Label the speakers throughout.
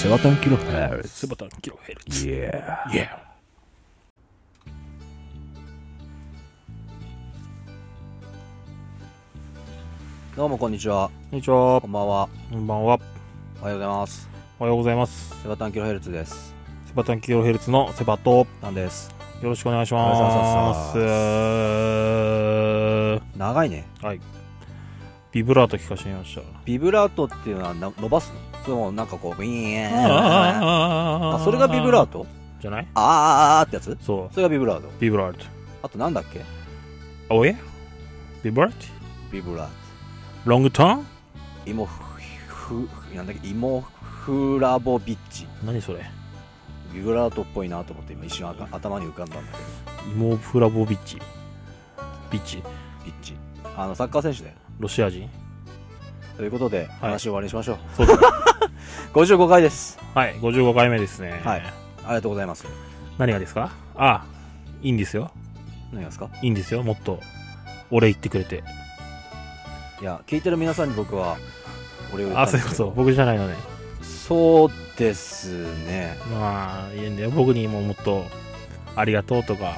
Speaker 1: セバタンキロヘルツ
Speaker 2: セバタンキロヘルツ。
Speaker 1: イエー
Speaker 2: Yeah.
Speaker 3: どうもこんにちは。
Speaker 2: こんにちは
Speaker 3: こ。んばんは。
Speaker 2: こんばんは。
Speaker 3: おはようございます。
Speaker 2: おはようございます。
Speaker 3: セバタンキロヘルツです。
Speaker 2: セバタンキロヘルツのセバト。
Speaker 3: なんです。
Speaker 2: よろしくお願いし
Speaker 3: お
Speaker 2: ます。
Speaker 3: 長いね。
Speaker 2: はい。ビブラート聞かせてみました。
Speaker 3: ビブラートっていうのはな伸ばすのそれもなんかこう、ウィーン。あ、
Speaker 2: あ
Speaker 3: それがビブラー
Speaker 2: ト
Speaker 3: ト
Speaker 2: じゃない
Speaker 3: あーあーあーってやつ
Speaker 2: そう。
Speaker 3: それがビブラート。
Speaker 2: ビブラート。
Speaker 3: あとなんだっけ
Speaker 2: おやビブラート
Speaker 3: ビブラー
Speaker 2: ロングトン
Speaker 3: ト。イモフ、フ、なんだっけイモフラボビッチ。
Speaker 2: 何それ
Speaker 3: ビブラートっぽいなと思って今一瞬あ頭に浮かんだんだけど。
Speaker 2: イモフラボビッチ。ビッチ。
Speaker 3: ビッチ。あの、サッカー選手だよ。
Speaker 2: ロシア人
Speaker 3: ということで、話を終わりにしましょう。
Speaker 2: そうだ。
Speaker 3: 55回です。
Speaker 2: はい、55回目ですね。
Speaker 3: はい。ありがとうございます。
Speaker 2: 何がですかああ、いいんですよ。
Speaker 3: 何がですか
Speaker 2: いいんですよ。もっと、お礼言ってくれて。
Speaker 3: いや聞いてる皆さんに僕は俺を言
Speaker 2: あ、
Speaker 3: ったん
Speaker 2: そ
Speaker 3: で
Speaker 2: ういう
Speaker 3: す
Speaker 2: こ
Speaker 3: け
Speaker 2: と。
Speaker 3: ど
Speaker 2: 僕じゃないのね。
Speaker 3: そうですね
Speaker 2: まあ、いいんだよ。僕にももっと、ありがとうとか、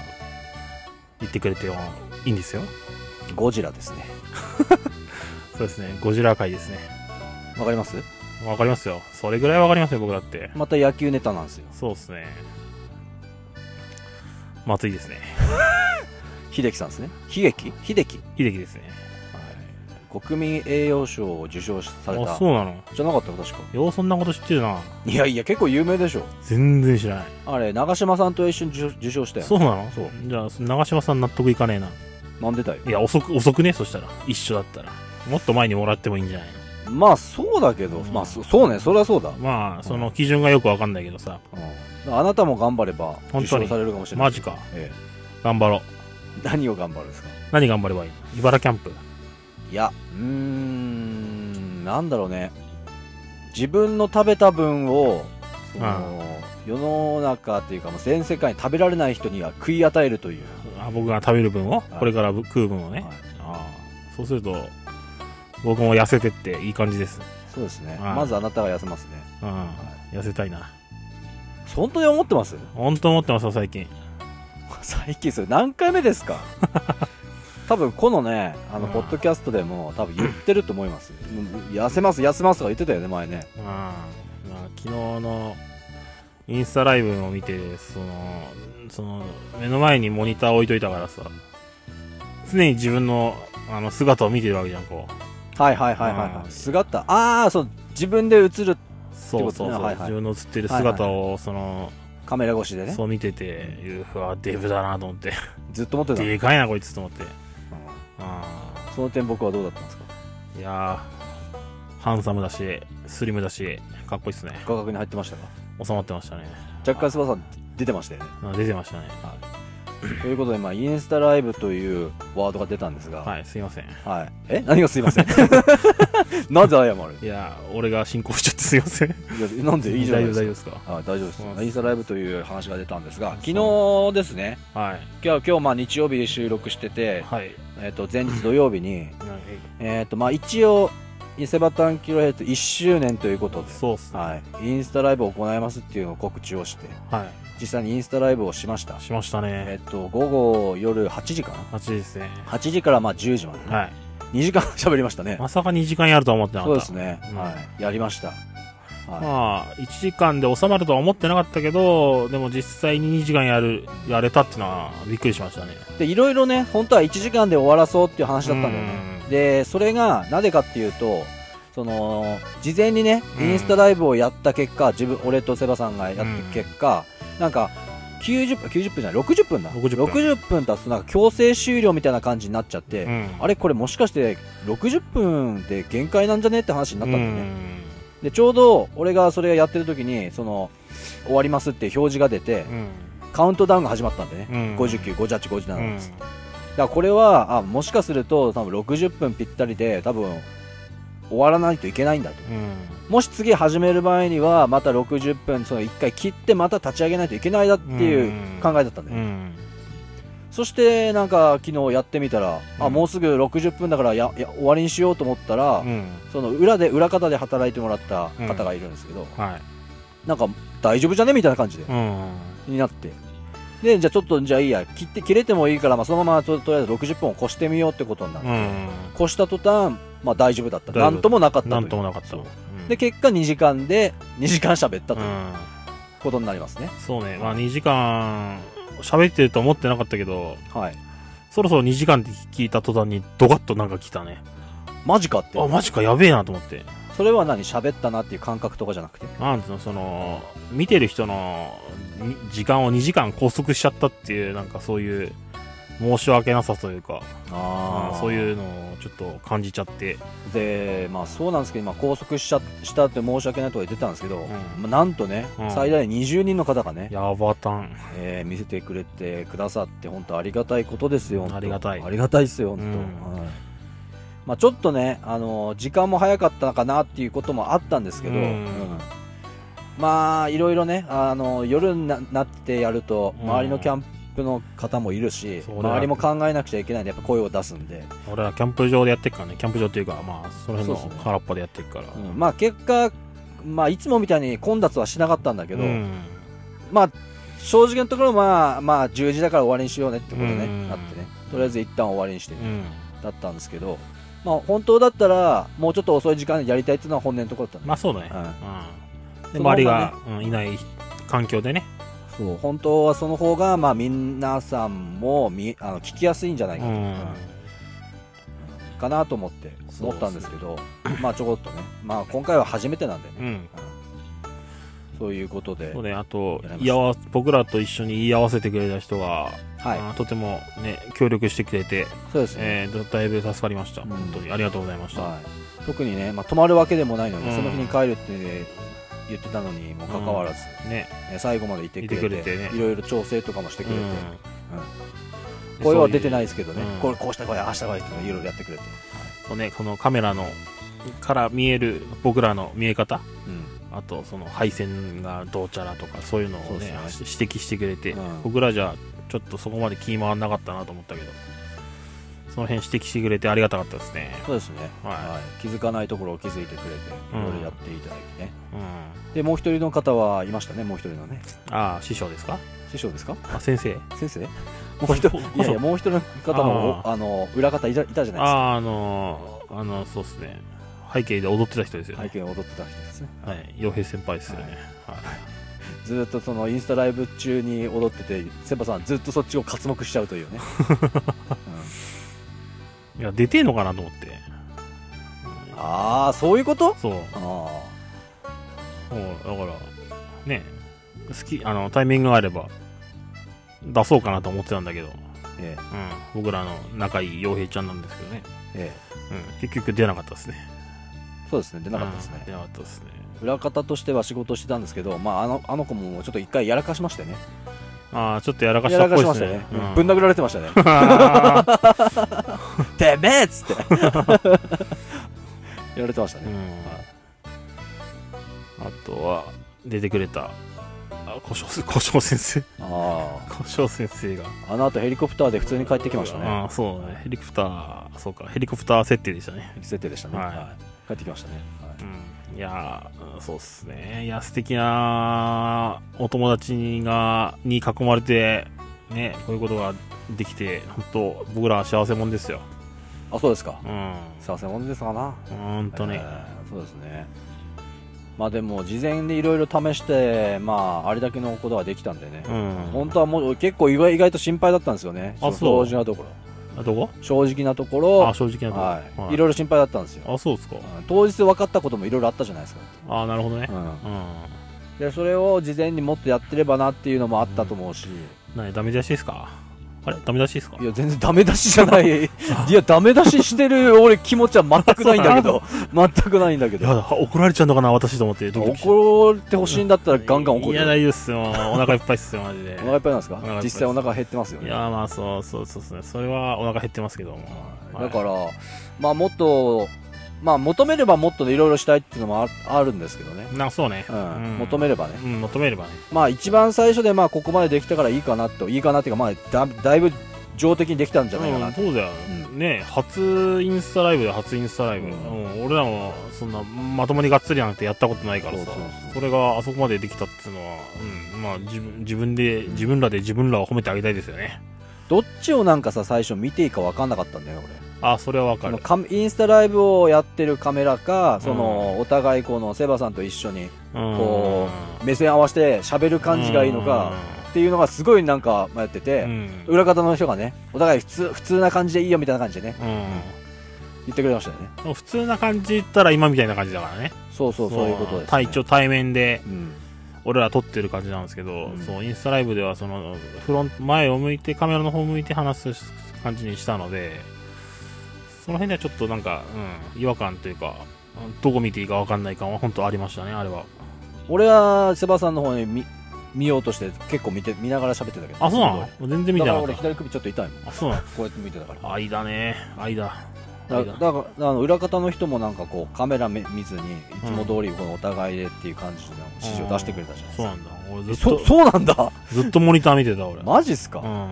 Speaker 2: 言ってくれてもいいんですよ。
Speaker 3: ゴジラですね
Speaker 2: そうですね。ゴジラ界ですね。
Speaker 3: わかります
Speaker 2: わかりますよ。それぐらいわかりますよ、僕だって。
Speaker 3: また野球ネタなんですよ
Speaker 2: そうですね。まずいですね。
Speaker 3: 秀樹さんですね悲劇秀樹
Speaker 2: 秀樹ですね。
Speaker 3: 国民栄養賞を受賞され
Speaker 2: あ、
Speaker 3: た
Speaker 2: そうなの。
Speaker 3: じゃなかった確か
Speaker 2: ようそんなこと知ってるな。
Speaker 3: いやいや結構有名でしょ
Speaker 2: 全然知らない。
Speaker 3: あれ長嶋さんと一緒に受賞受賞したよ
Speaker 2: そうなのそう。じゃあ、長嶋さん納得いかねえな。
Speaker 3: なんでだよ
Speaker 2: いや、遅く、遅くね、そしたら。一緒だったら。もっと前にもらってもいいんじゃない
Speaker 3: まあそうだけど、
Speaker 2: うん
Speaker 3: まあそそうねそれはそうだ、
Speaker 2: のまあ、その基準がよくわかんないけどさ。
Speaker 3: うんあなたも頑張れば
Speaker 2: 本当に
Speaker 3: 受賞されるかもしれない
Speaker 2: マジか。
Speaker 3: え
Speaker 2: 頑張ろう。
Speaker 3: え、何を頑張るんですか
Speaker 2: 何頑張ればいい茨キャンプ。
Speaker 3: いや、うーん、なんだろうね。自分の食べた分を、その、世の中っていうか、もう全世界に食べられない人には食い与えるという。
Speaker 2: あ僕が食べる分を、
Speaker 3: い
Speaker 2: これから食う分を
Speaker 3: は
Speaker 2: ね。
Speaker 3: い
Speaker 2: ああ。そうすると、僕も痩せてっていい感じです。
Speaker 3: そうですね。
Speaker 2: はい
Speaker 3: まずあなたが痩せますね。
Speaker 2: うん。
Speaker 3: は
Speaker 2: 痩せたいな。
Speaker 3: い、本当に思ってます
Speaker 2: 本当思ってますよ、最近。
Speaker 3: 最近それ何回目です か多分このね、あの、
Speaker 2: うん
Speaker 3: ポッドキャストでも多分言ってると思います。うん痩せます、痩せますとか言ってたよね、前ね。
Speaker 2: うん。まあ、昨日の、インスタライブを見て、その、その、目の前にモニター置いといたからさ、常に自分の、あの、姿を見てるわけじゃん、こう。
Speaker 3: はいはいはいはい、は
Speaker 2: うん
Speaker 3: い。姿、ああ、そう、自分で映る
Speaker 2: そうそうそう。
Speaker 3: ってことねはいはい
Speaker 2: 自分の映ってる姿を、その、
Speaker 3: カメラ越しでね。
Speaker 2: そう見てて、うわ、デブだなと思って。
Speaker 3: ずっと持ってたの。
Speaker 2: でかいな、こいつと思って。
Speaker 3: うん
Speaker 2: あ
Speaker 3: その点僕はどうだったんですか
Speaker 2: ーいやー、ハンサムだし、スリムだし、かっこいいっすね。
Speaker 3: 画角に入ってましたか
Speaker 2: 収まってましたね。
Speaker 3: 若干翼さん出てましたよね。
Speaker 2: あ出てましたね。
Speaker 3: ということで、まあ、インスタライブというワードが出たんですが、はい。
Speaker 2: はい、すいません。
Speaker 3: え何がすいませ んなぜ謝る
Speaker 2: いやー、俺が進行しちゃってすいません。
Speaker 3: いや、なんでいいじゃない
Speaker 2: 大丈夫、
Speaker 3: で
Speaker 2: 大
Speaker 3: す
Speaker 2: 丈
Speaker 3: か
Speaker 2: 夫。ですか
Speaker 3: はい大丈夫です
Speaker 2: そうなんです
Speaker 3: インスタライブという話が出たんですが、昨日ですね、
Speaker 2: はい。
Speaker 3: 今日、今日まあ日曜日に収録してて、
Speaker 2: はい。
Speaker 3: えっ、と、前日土曜日に、
Speaker 2: なんか
Speaker 3: えっ、と、まあ一応、伊勢バタンキロヘッド1周年ということで、
Speaker 2: そうっすね。は
Speaker 3: はい、インスタライブを行いますっていうのを告知をして、実際にインスタライブをしました
Speaker 2: い。。しました
Speaker 3: え
Speaker 2: ね。
Speaker 3: っと、午後夜8時かな
Speaker 2: 8時ですね。
Speaker 3: 8時からまあ10時まで、ね
Speaker 2: はい。
Speaker 3: 2時間 喋りましたね。
Speaker 2: まさか2時間やるとは思ってなか
Speaker 3: そう
Speaker 2: っ
Speaker 3: で
Speaker 2: た。
Speaker 3: すね、
Speaker 2: うん
Speaker 3: はい。やりました。は
Speaker 2: まあ、1時間で収まるとは思ってなかったけど、でも実際に2時間やる、やれたってのはびっくりしましたね。
Speaker 3: い。で、いろいろね、本当は1時間で終わらそうっていう話だったんだよね。
Speaker 2: うん
Speaker 3: で、それが、なぜかっていうと、その、事前にね、
Speaker 2: うん
Speaker 3: インスタライブをやった結果、自分、俺とセバさんがや
Speaker 2: うん
Speaker 3: った結果、なんか、90分、90分じゃない、60分だ。
Speaker 2: 60分
Speaker 3: 分経つとなんか強制終了みたいな感じになっちゃって、
Speaker 2: うん
Speaker 3: あれこれもしかして60分で限界なんじゃねって話になったんだよね。でちょうど俺がそれやってる時にその終わりますって表示が出て
Speaker 2: うん
Speaker 3: カウントダウンが始まったんでね、
Speaker 2: うんう
Speaker 3: 595857
Speaker 2: ん
Speaker 3: です、だからこれはあもしかすると多分60分ぴったりで多分終わらないといけないんだと
Speaker 2: うん
Speaker 3: もし次始める場合にはまた60分その1回切ってまた立ち上げないといけないだっていう考えだったんだよ、
Speaker 2: う
Speaker 3: ね
Speaker 2: ん
Speaker 3: そしてなんか昨日やってみたら、
Speaker 2: う
Speaker 3: あ
Speaker 2: ん
Speaker 3: もうすぐ60分だからやや終わりにしようと思ったら、
Speaker 2: うん
Speaker 3: その裏で裏方で働いてもらった方がいるんですけど、
Speaker 2: はい
Speaker 3: なんか大丈夫じゃねみたいな感じで、
Speaker 2: うん。
Speaker 3: になって。で、じゃあちょっと、じゃあいいや、切って、切れてもいいから、まあそのままととりあえず60分を越してみようってことになって、
Speaker 2: うん。
Speaker 3: 越した途端、まあ大丈夫だった。
Speaker 2: 大丈
Speaker 3: な
Speaker 2: 夫
Speaker 3: んともなかったとい
Speaker 2: な
Speaker 3: う。
Speaker 2: んともなかった。
Speaker 3: そううんで、結果2時間で、2時間喋ったと
Speaker 2: う。
Speaker 3: いうんことになりますね。
Speaker 2: そうね。まあ2時間、喋ってると思ってなかったけど、
Speaker 3: はい。
Speaker 2: そろそろ2時間って聞いた途端にドカッとなんか来たね。
Speaker 3: マジかって。
Speaker 2: あ、マジかやべえなと思って。
Speaker 3: それは何喋ったなっていう感覚とかじゃなくて。
Speaker 2: なんつうの、その、見てる人のに時間を2時間拘束しちゃったっていう、なんかそういう申し訳なさというか、
Speaker 3: あ
Speaker 2: うんそういうのをちょっと感じちゃって。
Speaker 3: で、まあそうなんですけど、今拘束しちゃしたって申し訳ないとか言ってたんですけど、
Speaker 2: ん
Speaker 3: まあなんとね、
Speaker 2: うん
Speaker 3: 最大20人の方がね、
Speaker 2: やばたん。
Speaker 3: えー見せてくれてくださって、本当ありがたいことですよ、本当
Speaker 2: ありがたい
Speaker 3: ありがたいですよ、本当、
Speaker 2: うん
Speaker 3: はいまあ、ちょっとね、あのー時間も早かったかなっていうこともあったんですけど、
Speaker 2: うん
Speaker 3: うんまあ、いろいろね、あのー夜にななってやると、
Speaker 2: うん
Speaker 3: 周りのキャンプの方もいるし、
Speaker 2: そうだよ
Speaker 3: 周りも考えなくちゃいけないんで、やっぱ声を出すんで、
Speaker 2: 俺らキャンプ場でやってっからね、キャンプ場っていうか、まあ、その辺
Speaker 3: そうっ
Speaker 2: の
Speaker 3: すね
Speaker 2: 原っぱでやってっから。
Speaker 3: うんまあ、結果、まあ、いつもみたいに混雑はしなかったんだけど、
Speaker 2: うん
Speaker 3: まあ、正直なところ、まあ、まあ、10時だから終わりにしようねってことね、
Speaker 2: うん
Speaker 3: なってね、とりあえず一旦終わりにして、
Speaker 2: うん。
Speaker 3: だったんですけど、まあ、本当だったら、もうちょっと遅い時間でやりたいっていうのは本音のところだったん
Speaker 2: まあそうだね。
Speaker 3: はい
Speaker 2: うん。で、
Speaker 3: その方がね
Speaker 2: 周りが、うんいない環境でね。
Speaker 3: そう本当はその方が、まあ、皆さんもみあの聞きやすいんじゃないうか,、
Speaker 2: ん。
Speaker 3: かなと思って、
Speaker 2: そう
Speaker 3: 思ったんですけど、まあ、ちょこっとね、まあ、今回は初めてなんでね、
Speaker 2: うん。
Speaker 3: そういうことで、
Speaker 2: そうね、あと
Speaker 3: やりました、
Speaker 2: いやわ僕らと一緒に言い合わせてくれた人が、
Speaker 3: はい、
Speaker 2: あーとてもね、協力してくれて、
Speaker 3: そうですね。
Speaker 2: えー、だだいぶ助かりました。
Speaker 3: うん
Speaker 2: 本当にありがとうございました。
Speaker 3: はい、特にね、まあ、泊まるわけでもないのに、
Speaker 2: うん
Speaker 3: その日に帰るって言ってたのにもかかわらず、
Speaker 2: ね。
Speaker 3: ね最後までいてくれて
Speaker 2: いてくれてね
Speaker 3: いろいろ調整とかもしてくれて、
Speaker 2: うん
Speaker 3: 声は出てない
Speaker 2: い。
Speaker 3: ですけどね、
Speaker 2: うん
Speaker 3: これこうした声、ああした声っていうのをいろいろやってくれて、
Speaker 2: そうね、このカメラの、から見える僕らの見え方、
Speaker 3: うん
Speaker 2: あとその配線がどうちゃらとか、そういうの
Speaker 3: そ
Speaker 2: を
Speaker 3: うで
Speaker 2: ね、
Speaker 3: すね
Speaker 2: し指摘してくれて、
Speaker 3: うん
Speaker 2: 僕らじゃちょっとそこまで気回んなかったなと思ったけど、その辺指摘してくれてありがたかったですね。
Speaker 3: そうですね、
Speaker 2: はい
Speaker 3: 気づかないところを気づいてくれて、いろいろやっていただいてね、
Speaker 2: うん。
Speaker 3: でもう一人の方はいましたね、もう一人のね、
Speaker 2: ああ、師匠ですか
Speaker 3: 師匠ですか、
Speaker 2: あ、先生。
Speaker 3: 先 生、もう一人、いやいや、もう一人の方も
Speaker 2: あ
Speaker 3: おあの裏方いたいたじゃないですか、
Speaker 2: ああ、あのーあの、そうですね。背景で踊ってた人ですよ
Speaker 3: 背
Speaker 2: ね。
Speaker 3: 景を踊ってた人ですね、
Speaker 2: はい。洋平先輩ですよね。はい。
Speaker 3: ずーっとそのインスタライブ中に踊ってて、先輩さん、ずっとそっちを刮目しちゃうと いうね。うん
Speaker 2: い、や、出てんのかなと思って。
Speaker 3: ああ、そういうこと
Speaker 2: そう。
Speaker 3: ああ、
Speaker 2: もう、だから、ね、好き、あの、タイミングがあれば、出そうかなと思ってたんだけど、うん。
Speaker 3: え
Speaker 2: 僕らの仲いい洋平ちゃんなんですけどね。
Speaker 3: え、え
Speaker 2: うん。結局出なかったですね。
Speaker 3: え、そうですね、出なかったです
Speaker 2: うん出
Speaker 3: ね。
Speaker 2: なかったですね。
Speaker 3: 裏方としては仕事してたんですけど、まあ、あのあの子もちょっと一回やらかしましてね。
Speaker 2: ああ、ちょっとやらかし
Speaker 3: や
Speaker 2: た
Speaker 3: ら
Speaker 2: っぽ
Speaker 3: か
Speaker 2: い
Speaker 3: し
Speaker 2: で
Speaker 3: ますした
Speaker 2: ね
Speaker 3: ね。。うん ぶん殴られてましたね。
Speaker 2: ら
Speaker 3: てめえっ つって。やられてました
Speaker 2: う
Speaker 3: ね。
Speaker 2: ん。あとは、出てくれた、あ、古生、 古生先生。
Speaker 3: あ
Speaker 2: 古生先生が。
Speaker 3: あ、あの後ヘリコプターで普通に帰ってきましたね。
Speaker 2: ああ、そうだね。ヘリコプター、そうか、ヘリコプター設定でしたね。
Speaker 3: 設定でしたね。
Speaker 2: はい
Speaker 3: はい帰ってきましたね。はい
Speaker 2: うん。いやー、うんそうっすね。いや、素敵なお友達が、に囲まれて、ね、こういうことができて、本当僕らは幸せもんですよ。
Speaker 3: あ、そうですか
Speaker 2: う。ん。
Speaker 3: 幸せ者ですかな。
Speaker 2: ほんと
Speaker 3: え
Speaker 2: ね。
Speaker 3: ーそうですねまあでも事前でいろいろ試してまああれだけのことができたんでね、
Speaker 2: うん。
Speaker 3: 本当はもう結構意外意外と心配だったんですよね
Speaker 2: あ
Speaker 3: の
Speaker 2: そう
Speaker 3: 正直なところ
Speaker 2: あ、どこ
Speaker 3: 正直なところ
Speaker 2: あ、正直なとこ。
Speaker 3: はい、
Speaker 2: はい
Speaker 3: ろいろ心配だったんですよ
Speaker 2: あ、そうですか。
Speaker 3: うん当日分かったこともいろいろあったじゃないですか、
Speaker 2: あ、なるほどね
Speaker 3: う。ん、
Speaker 2: う
Speaker 3: でそれを事前にもっとやってればなっていうのもあったと思うし、
Speaker 2: ん。なに、ダメ出しですかあれダメ出しですか
Speaker 3: いや全然ダメ出しじゃない いやダメ出ししてる俺気持ちは全くないんだけ ど全くないんだけど
Speaker 2: やだ、怒られちゃうのかな、私と思って。ドキドキして
Speaker 3: 怒ってほしいんだったらガンガン怒る
Speaker 2: いや、大丈夫っすよ。お腹いっぱいっすよ、マジで。
Speaker 3: お腹いっぱいなんです
Speaker 2: お
Speaker 3: か
Speaker 2: 腹いっぱい
Speaker 3: 実際お腹減ってますよ
Speaker 2: い
Speaker 3: ね
Speaker 2: や、まあ、そうそうそうですね。それはお腹減ってますけども。
Speaker 3: だから、まあもっとまあ求めればもっといろいろしたいっていうのもああるんですけどね、
Speaker 2: な、そうね。
Speaker 3: うん求め
Speaker 2: れ
Speaker 3: ればね
Speaker 2: うん、求めればね。
Speaker 3: まあ一番最初でまあここまでできたからいいかなといいかなっていうかまあだだいぶ情的にできたんじゃないか
Speaker 2: う、
Speaker 3: なんと、
Speaker 2: そうだよ、
Speaker 3: う
Speaker 2: ね初インスタライブで初インスタライ
Speaker 3: う
Speaker 2: ブ、うんん俺らもそんなまともにがっつりなんてやったことないからさ
Speaker 3: そう
Speaker 2: そ
Speaker 3: そうそう
Speaker 2: れがあそこまでできたっていうのは、うん、まあ自分自分で自分らで自分らを褒めてあげたいですよね
Speaker 3: どっちをなんかさ最初見ていいか分かんなかったんだよね俺
Speaker 2: あそれはわか
Speaker 3: そ
Speaker 2: る
Speaker 3: のカメインスタライブをやってるカメラかその、お互いこのセバさんと一緒にこ目線合わせて喋る感じがいいのか、っていうのがすごいなんか迷って
Speaker 2: うん
Speaker 3: て、裏方の人がねお互い普通普通な感じでいいよみたいな感じでね
Speaker 2: う
Speaker 3: 言ってくれましたよね
Speaker 2: ん、普通な感じ言ったら今みたいな感じだからね
Speaker 3: そうそうそういうことです、ね、
Speaker 2: 対一応対面で
Speaker 3: うん
Speaker 2: 俺ら撮ってる感じなんですけど、
Speaker 3: うん
Speaker 2: そうインスタライブではそのフロント前を向いてカメラの方向いて話す感じにしたのでその辺ではちょっとなんか、うん、違和感というかどこ見ていいか分かんない感は本当ありましたねあれは
Speaker 3: 俺はセバさんの方に見見ようとして結構見て見ながら喋ってたけど
Speaker 2: あそうな
Speaker 3: す
Speaker 2: の全然
Speaker 3: ごい
Speaker 2: 見
Speaker 3: だ
Speaker 2: て
Speaker 3: から
Speaker 2: なかっ
Speaker 3: 俺左首ちょっと痛いもん
Speaker 2: たあそうな
Speaker 3: こうやって見てたから
Speaker 2: の愛だね愛だ
Speaker 3: だ
Speaker 2: 愛
Speaker 3: だ
Speaker 2: だ
Speaker 3: からあの裏方の人もなんかこうカメラめ見ずにいつも通りこのお互いでっていう感じの指示を出してくれたじゃないです
Speaker 2: そう
Speaker 3: か
Speaker 2: なんだ俺ずっ
Speaker 3: そ
Speaker 2: と
Speaker 3: そうなんだ
Speaker 2: ずっとモニター見てた俺
Speaker 3: マジっすか、
Speaker 2: うん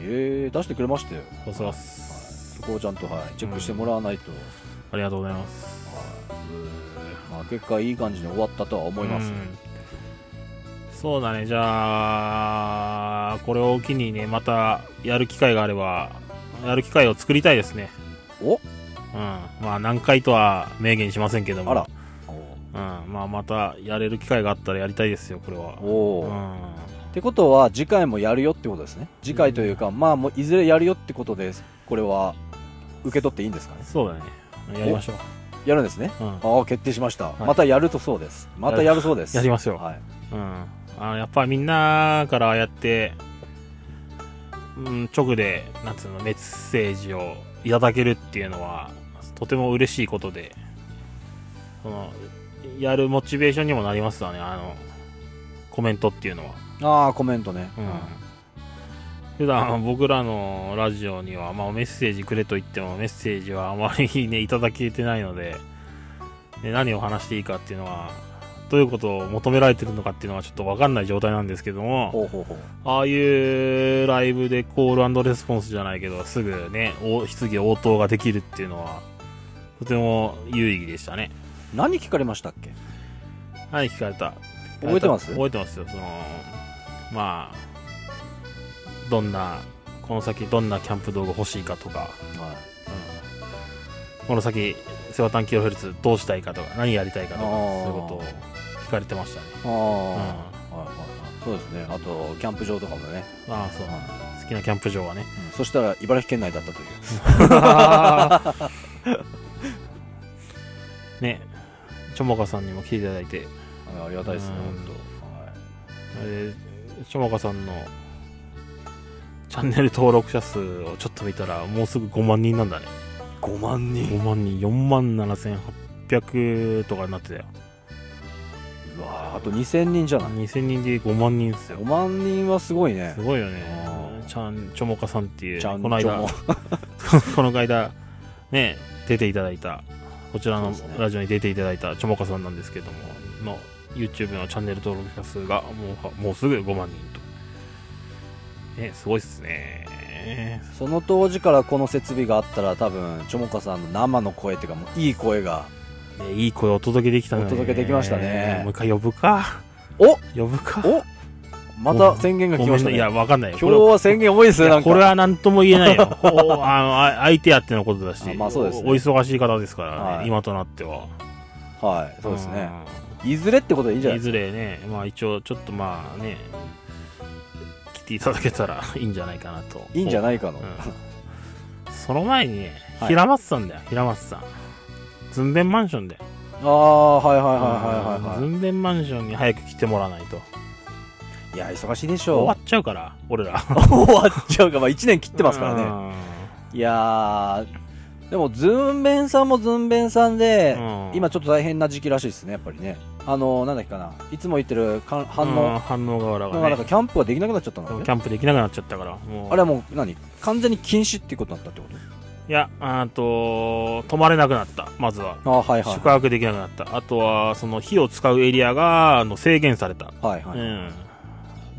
Speaker 3: えー、出してくれましたよ
Speaker 2: さすがっす
Speaker 3: そこをちゃんと、はい、チェックしてもらわないと、
Speaker 2: ありがとうございます
Speaker 3: まあ、結果いい感じに終わったとは思います、
Speaker 2: うんそうだねじゃあこれを機にねまたやる機会があればやる機会を作りたいですね
Speaker 3: お
Speaker 2: うんまあ何回とは明言しませんけども
Speaker 3: あら
Speaker 2: うんまあまたやれる機会があったらやりたいですよこれは
Speaker 3: おお
Speaker 2: う
Speaker 3: ー、っ
Speaker 2: ん
Speaker 3: てことは次回もやるよってことですね次回というか、まあもういずれやるよってことですこれは受け取っていいんですかね
Speaker 2: そうだねやりましょ
Speaker 3: やるんですね
Speaker 2: う、うん、
Speaker 3: ああ決定しました、
Speaker 2: い
Speaker 3: またやるとそうですまたやるそうです
Speaker 2: やりましょう、
Speaker 3: はい、
Speaker 2: うん、あのやっぱりみんなからああやって、うん、直でなんつうのメッセージをいただけるっていうのはとても嬉しいことでそのやるモチベーションにもなりますわねあのコメントっていうのは、
Speaker 3: ああコメントね、
Speaker 2: うん、普段僕らのラジオには、まあ、メッセージくれと言ってもメッセージはあまりねいただけてないのでね何を話していいかっていうのはどういうことを求められてるのかっていうのはちょっとわかんない状態なんですけども
Speaker 3: ほうほうほう
Speaker 2: ああいうライブでコールレスポンスじゃないけどすぐねお質疑応答ができるっていうのはとても有意義でしたね
Speaker 3: 何聞かれましたっけ
Speaker 2: 何聞かれた
Speaker 3: 覚えてます
Speaker 2: 覚えてますよそのまあどんなこの先どんなキャンプ道具欲しいかとか、
Speaker 3: はい
Speaker 2: うんこの先セバタンキロヘルツどうしたいかとか何やりたいかとか
Speaker 3: あ
Speaker 2: そう
Speaker 3: ー
Speaker 2: いうことを聞かれてましたね
Speaker 3: ああ、はいはいはいそうですねあとキャンプ場とかもね、
Speaker 2: ああそう好きなキャンプ場はね
Speaker 3: そしたら茨城県内だったという
Speaker 2: ねちょもかさんにも来ていただいて
Speaker 3: あありがたいですね
Speaker 2: うん
Speaker 3: 本
Speaker 2: えーちょもかさんのチャンネル登録者数をちょっと見たらもうすぐ5万人なんだね
Speaker 3: 当、はい、5万人
Speaker 2: 5万人4万7800とかになってたよ
Speaker 3: うわーあと2000人じゃない
Speaker 2: 2000人で5万人ですよ
Speaker 3: 5万人はすごいね
Speaker 2: すごいよね
Speaker 3: あー
Speaker 2: ちゃんちょもかさんっていう
Speaker 3: ちゃん
Speaker 2: この
Speaker 3: ちょ
Speaker 2: 間
Speaker 3: も
Speaker 2: この間ね出ていただいたこちらの
Speaker 3: そうですね
Speaker 2: ラジオに出ていただいたちょもかさんなんですけどもの YouTube のチャンネル登録者数がもうはもうすぐ5万人とねすごいっすね
Speaker 3: その当時からこの設備があったら多分ちょもかさんの生の声っていうかもういい声が
Speaker 2: ねいい声をお届けできたね
Speaker 3: お届けできましたね
Speaker 2: もう一回呼ぶか
Speaker 3: お
Speaker 2: 呼ぶか
Speaker 3: おまた宣言が来
Speaker 2: ご
Speaker 3: ま
Speaker 2: め
Speaker 3: し
Speaker 2: ん
Speaker 3: た
Speaker 2: ね
Speaker 3: ね
Speaker 2: いやわかんないよ
Speaker 3: 今日は宣言多いです
Speaker 2: い
Speaker 3: ね
Speaker 2: や
Speaker 3: なんか
Speaker 2: これは何とも言えな いよ。ほうあのあ相手やってのことだし、
Speaker 3: あまあそうですね
Speaker 2: おお忙しい方ですからね、
Speaker 3: はい
Speaker 2: 今となっては。
Speaker 3: はいそうですねいずれってことでいいんじ
Speaker 2: う
Speaker 3: ゃ
Speaker 2: ん。
Speaker 3: ないで
Speaker 2: い
Speaker 3: す
Speaker 2: ずれね、まあ一応ちょっとまあね、来ていただけたら いいんじゃないかなと。
Speaker 3: かいいんじゃないいかの、
Speaker 2: その前にね、
Speaker 3: はい
Speaker 2: 平松さんだよ、平松さん。ズンベンマンションで。
Speaker 3: ああはいはいはいはいはい
Speaker 2: ズ
Speaker 3: は
Speaker 2: ンベンマンションに早く来てもらわないと。
Speaker 3: いいや忙しいでし
Speaker 2: 終
Speaker 3: ょ
Speaker 2: わっちゃうから、俺ら。
Speaker 3: う 終わっちゃうかまあ1年切ってますからね
Speaker 2: ね。
Speaker 3: いやーでもズンベンさんもズンベンさんで、
Speaker 2: うん
Speaker 3: 今ちょっと大変な時期らしいですねやっぱりねあのなんだっけかないつも言ってるかん反
Speaker 2: うん
Speaker 3: 応
Speaker 2: 反応が悪
Speaker 3: だ
Speaker 2: が
Speaker 3: からなん
Speaker 2: ね
Speaker 3: かキャンプはできなくなっちゃったんだ
Speaker 2: キ
Speaker 3: よね
Speaker 2: ャンプできなくなっちゃったから、もう。
Speaker 3: あれはもう何完全に禁止っていうことになったってこ
Speaker 2: いや、あーと、泊まれなくなった、まずは。
Speaker 3: とああはいはい
Speaker 2: 宿泊できなくなった。あとは、その火を使うエリアがあの制限された。
Speaker 3: はいはい、
Speaker 2: うん。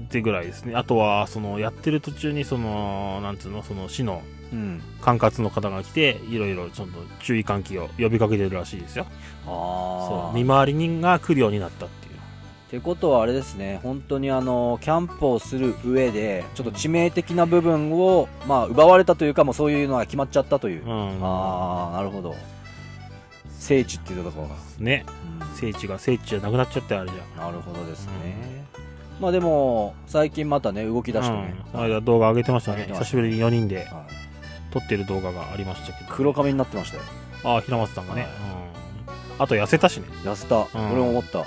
Speaker 2: ってぐらいですね。あとは、その、やってる途中に、その、なんつうの、その、市の
Speaker 3: うん。
Speaker 2: 管轄の方が来て、いろいろ、ちょっと注意喚起を呼びかけてるらしいですよ。
Speaker 3: あ
Speaker 2: そ
Speaker 3: あ。
Speaker 2: う。見
Speaker 3: っ
Speaker 2: 回り人が来るようになったっていう。
Speaker 3: てことはあれですね、本当にあの、キャンプをする上で、ちょっと致命的な部分を、まあ、奪われたというか、もうそういうのが決まっちゃったという。
Speaker 2: うん。
Speaker 3: ああ、なるほど。聖地っていうところが。
Speaker 2: ね。
Speaker 3: うん
Speaker 2: 聖地が聖地じゃなくなっちゃったよあれじゃ。
Speaker 3: なるほどですね。
Speaker 2: ね。
Speaker 3: まあでも、最近またね、動き出してね。
Speaker 2: うん。あれは動画上げてました
Speaker 3: 上
Speaker 2: ね。
Speaker 3: げてました
Speaker 2: 久しぶりに4人で
Speaker 3: はい
Speaker 2: 撮ってる動画がありましたけど。
Speaker 3: 黒髪になってましたよ。
Speaker 2: ああ、平松さんがね
Speaker 3: はい。
Speaker 2: うん。あと痩せたしね。
Speaker 3: 痩せた。
Speaker 2: ん
Speaker 3: 俺も思った。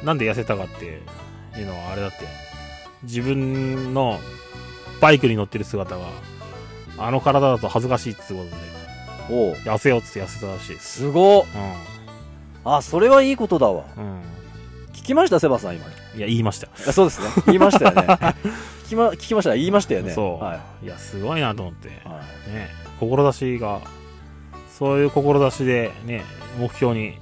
Speaker 2: うん。なんで痩せたかっていうのはあれだって、自分のバイクに乗ってる姿が、あの体だと恥ずかしいっつうことで、
Speaker 3: おう。
Speaker 2: 痩せようっつって痩せたらしいです。
Speaker 3: すごっ
Speaker 2: う
Speaker 3: あ、それはいいことだわ。
Speaker 2: ん。うん。
Speaker 3: 聞きました、セバさん、今。
Speaker 2: いや、言いました。
Speaker 3: あそうですね。言いましたよ ね。聞きま、聞きました。言いましたよね。
Speaker 2: そう、。
Speaker 3: はい
Speaker 2: や、すごいなと思って。
Speaker 3: い。はい。
Speaker 2: ね、志が、そういう志でね、目標に、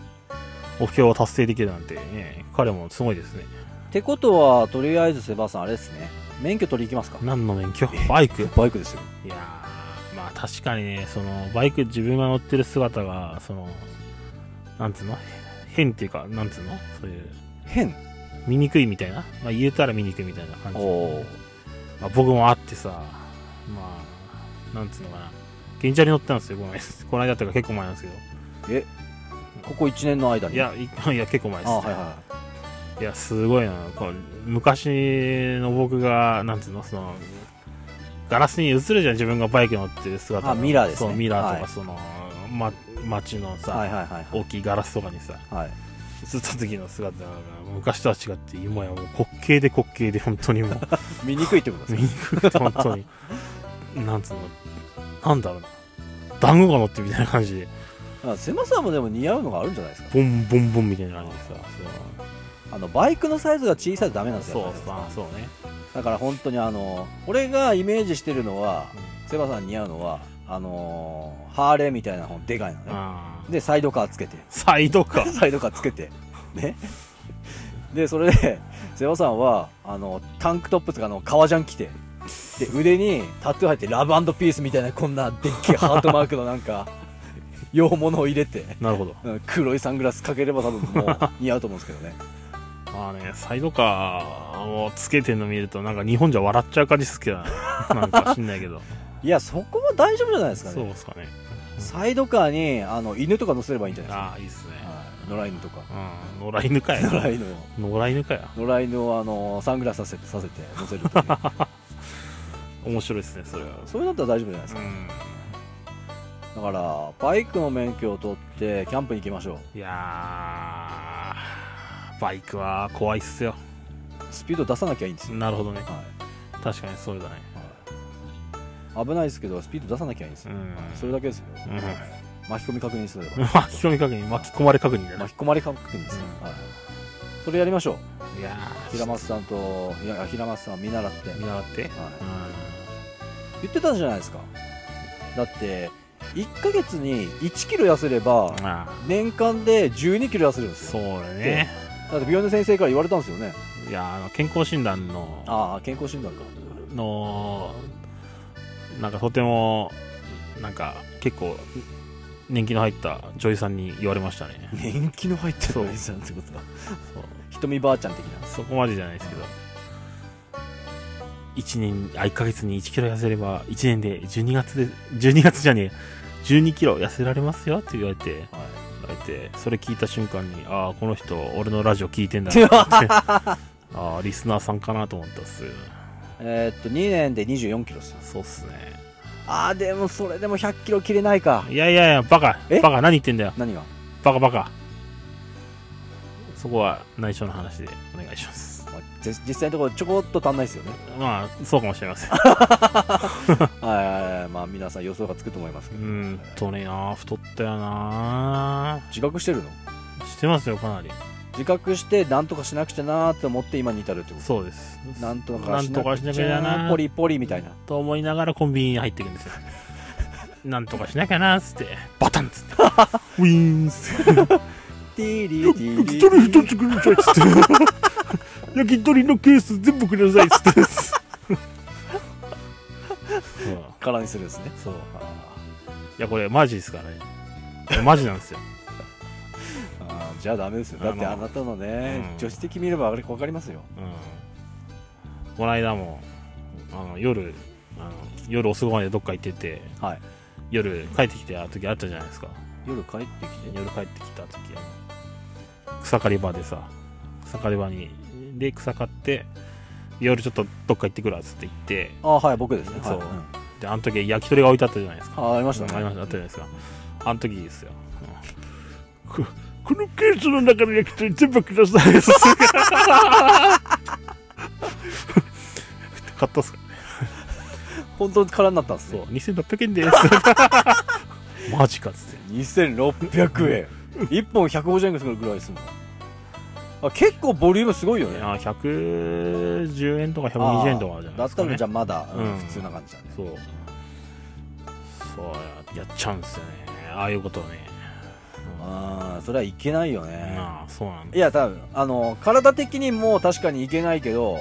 Speaker 2: 目標を達成できるなんてね、彼もすごいですね。
Speaker 3: ってことは、とりあえずセバさん、あれですね。免許取り行きますか
Speaker 2: 何の免許バイク
Speaker 3: バイクですよ。
Speaker 2: いやーまあ確かにね、その、バイク自分が乗ってる姿が、その、なんつうの変っていうか、なんつうのそういう、
Speaker 3: 変。
Speaker 2: 醜いみたいなまあ言えたら醜いみたいな感じ。
Speaker 3: おー
Speaker 2: まあ僕もあってさ、まあ、なんつうのかな。現チャリ乗ったんですよ、この間。この間っていうか結構前なんですけ
Speaker 3: え、ここ1年の間
Speaker 2: ど。
Speaker 3: に。
Speaker 2: いや、いいや結構前で
Speaker 3: あ、
Speaker 2: す、
Speaker 3: はいはい
Speaker 2: や、すごいな。こう昔の僕が、なんつうの、その、ガラスに映るじゃん、自分がバイク乗ってる姿が
Speaker 3: あミラーですね
Speaker 2: そう、ミラーと
Speaker 3: は
Speaker 2: か、
Speaker 3: い
Speaker 2: その、ま、街の
Speaker 3: い。
Speaker 2: さ、
Speaker 3: はいはいはい
Speaker 2: 大きいガラスとかにさ、
Speaker 3: はい。はい。
Speaker 2: 映った時の姿が、昔とは違って、今やもう滑稽で滑稽で、本当 にもう、
Speaker 3: 見にくいってことです ね。
Speaker 2: 見にくくて、本当に、なんつうの、なんだろうな。団子が乗ってるみたいな感じで、
Speaker 3: まあセバさんもでも似合うのがあるんじゃないですか。
Speaker 2: ボンボンボンみたいな感じでさ、
Speaker 3: あの、バイクのサイズが小さいとダメなんです
Speaker 2: そう
Speaker 3: よ。
Speaker 2: そうさ、そうね。
Speaker 3: だから本当にあの、俺がイメージしてるのは
Speaker 2: う、
Speaker 3: セバさんに似合うのは、あのーハーレーみたいなのでかいの
Speaker 2: ん
Speaker 3: ね。
Speaker 2: あー
Speaker 3: で、サイドカーつけて。
Speaker 2: サイドカー。
Speaker 3: サイドカーつけて。ね。で、それで、瀬尾さんは、あの、タンクトップとかあの、革ジャン着て、で、腕にタトゥー入って、ラブピースみたいな、こんなでっけえハートマークのなん か、洋物を入れて、
Speaker 2: なるほど。
Speaker 3: うん黒いサングラスかければ多分もう似合うと思うんですけどね。
Speaker 2: まあね、サイドカーをつけてるの見ると、なんか日本じゃ笑っちゃう感じっすけど な、なんか知んないけど。
Speaker 3: いや、そこは大丈夫じゃないですか
Speaker 2: そう
Speaker 3: ね。
Speaker 2: っすかね。
Speaker 3: サイドカーに、あの、犬とか乗せればいいんじゃない
Speaker 2: ああ、いいっすね
Speaker 3: です。か。はい野良犬とか。
Speaker 2: うん、野良犬か
Speaker 3: 野良
Speaker 2: や。
Speaker 3: 犬を、
Speaker 2: 野良犬かや。
Speaker 3: 野良犬をあの、サングラスさせて、させて乗せるという
Speaker 2: 面白いっすね、それは。
Speaker 3: そういうのだったら大丈夫じゃないですか
Speaker 2: うん。
Speaker 3: だからバイクの免許を取ってキャンプに行きましょ
Speaker 2: いやー、バイクは怖いっすよ。
Speaker 3: うスピード出さなきゃいいんですよ、
Speaker 2: なるほどね。
Speaker 3: は
Speaker 2: 確かにそうだね。
Speaker 3: いはい、危ないですけどスピード出さなきゃいいんです
Speaker 2: う
Speaker 3: よ、
Speaker 2: ん。
Speaker 3: それだけですよ
Speaker 2: うん。
Speaker 3: 巻き込み確認すれば
Speaker 2: 巻き込み確認、巻き込まれ確認だね。
Speaker 3: 巻き込まれ確認ですね、
Speaker 2: うん
Speaker 3: はい、それやりましょ
Speaker 2: いや
Speaker 3: う平
Speaker 2: ー、
Speaker 3: 松さんといや平松さん見習って、はい
Speaker 2: 見、習って。
Speaker 3: 言ってたじゃないですかだって1ヶ月に1キロ痩せれば
Speaker 2: うん。まあ、
Speaker 3: 年間で1 2キロ痩せるんです
Speaker 2: そ
Speaker 3: よ
Speaker 2: うだね。
Speaker 3: だって病院の先生から言われたんですよね
Speaker 2: いやーあの、健康診断の、
Speaker 3: ああ健康診断か
Speaker 2: のなんかとてもなんか結構年季の入った女優さんに言われましたね
Speaker 3: 年季の入って
Speaker 2: そう
Speaker 3: るおじさんってことだ
Speaker 2: そう
Speaker 3: 瞳ばあちゃん的な
Speaker 2: そこまでじゃないですけど1年あ1ヶ月に1キロ痩せれば1年で12月で12月じゃねえ12キロ痩せられますよって言われて言
Speaker 3: はい
Speaker 2: われてそれ聞いた瞬間にああこの人俺のラジオ聞いてんだなってああリスナーさんかなと思ったっす
Speaker 3: えーっと2年で2 4キロっす
Speaker 2: そうっすね
Speaker 3: ああでもそれでも1 0 0キロ切れないか
Speaker 2: いやいやいやバカ
Speaker 3: え
Speaker 2: バカ何言ってんだよ
Speaker 3: 何が
Speaker 2: バカバカ。そこは内緒の話でお願いします。
Speaker 3: まあじ実際のところちょこっと足んないですよね
Speaker 2: まあ、そうかもしれません。
Speaker 3: はいはいはいまあ皆さん予想がつくと思いますけ
Speaker 2: う
Speaker 3: ど、
Speaker 2: んとねな、太ったよな。
Speaker 3: 自覚してるの
Speaker 2: してますよ、かなり。
Speaker 3: 自覚して何とかしなくちゃなーって思って今に至るってこ
Speaker 2: そうです。
Speaker 3: となんと
Speaker 2: な
Speaker 3: か
Speaker 2: ん
Speaker 3: し
Speaker 2: と
Speaker 3: な
Speaker 2: か
Speaker 3: く
Speaker 2: し
Speaker 3: ち
Speaker 2: な
Speaker 3: ゃ
Speaker 2: きゃな。
Speaker 3: ポリポリみたいな
Speaker 2: と思いながらコンビニに入っていくんですよ。なんとかしなきゃな、つって。バタンっつって。 ウィーンっつって。
Speaker 3: ティーリーティーリ
Speaker 2: 一人
Speaker 3: ー
Speaker 2: 一つくれちゃいっつって。焼き鳥のケース全部くださいっつって。 そう
Speaker 3: 空にするんですね。
Speaker 2: そう。いや、これマジですからね。これマジなんですよ。
Speaker 3: あーじゃあダメですよ。だって
Speaker 2: あ
Speaker 3: あ
Speaker 2: の
Speaker 3: なたのね、
Speaker 2: うん
Speaker 3: 女子的見ればわかりますよ。
Speaker 2: うん。この間も、あの、夜、あの夜遅くまでどっか行ってて、
Speaker 3: はい。
Speaker 2: 夜帰ってきてあ時あったじゃないですか。
Speaker 3: 夜帰ってきて、
Speaker 2: 夜帰ってきた時、あの草刈り場でさ、草刈り場に、で、草刈って、夜ちょっとどっか行ってくるわっつって言って、
Speaker 3: あーはい、僕ですね。
Speaker 2: そう
Speaker 3: はいん
Speaker 2: で、あの時焼き鳥が置いてあったじゃないですか。
Speaker 3: あーありましたね。
Speaker 2: ありました、あったじゃないですか。あの時ですよ。ここのケースの中の焼き鳥全部ください。買ったっすか
Speaker 3: 本当に空になったんです
Speaker 2: そう、
Speaker 3: ね。
Speaker 2: 2600円です。 マジかっつって。
Speaker 3: 2600円。1本150円ぐらいするの。あ結構ボリュームすごいよね。
Speaker 2: あ110円とか120円とかじゃない
Speaker 3: だ
Speaker 2: で
Speaker 3: っ
Speaker 2: すか、
Speaker 3: た
Speaker 2: ね。
Speaker 3: らじゃあまだ、うん
Speaker 2: うん
Speaker 3: 普通な感じだね。
Speaker 2: そう。そうや、やっちゃうんですよね。ああいうことをね。
Speaker 3: ああ、それはいけないよね。
Speaker 2: ああ、そうなんだ
Speaker 3: い。や、多分あの、体的にも確かにいけないけど、
Speaker 2: うん。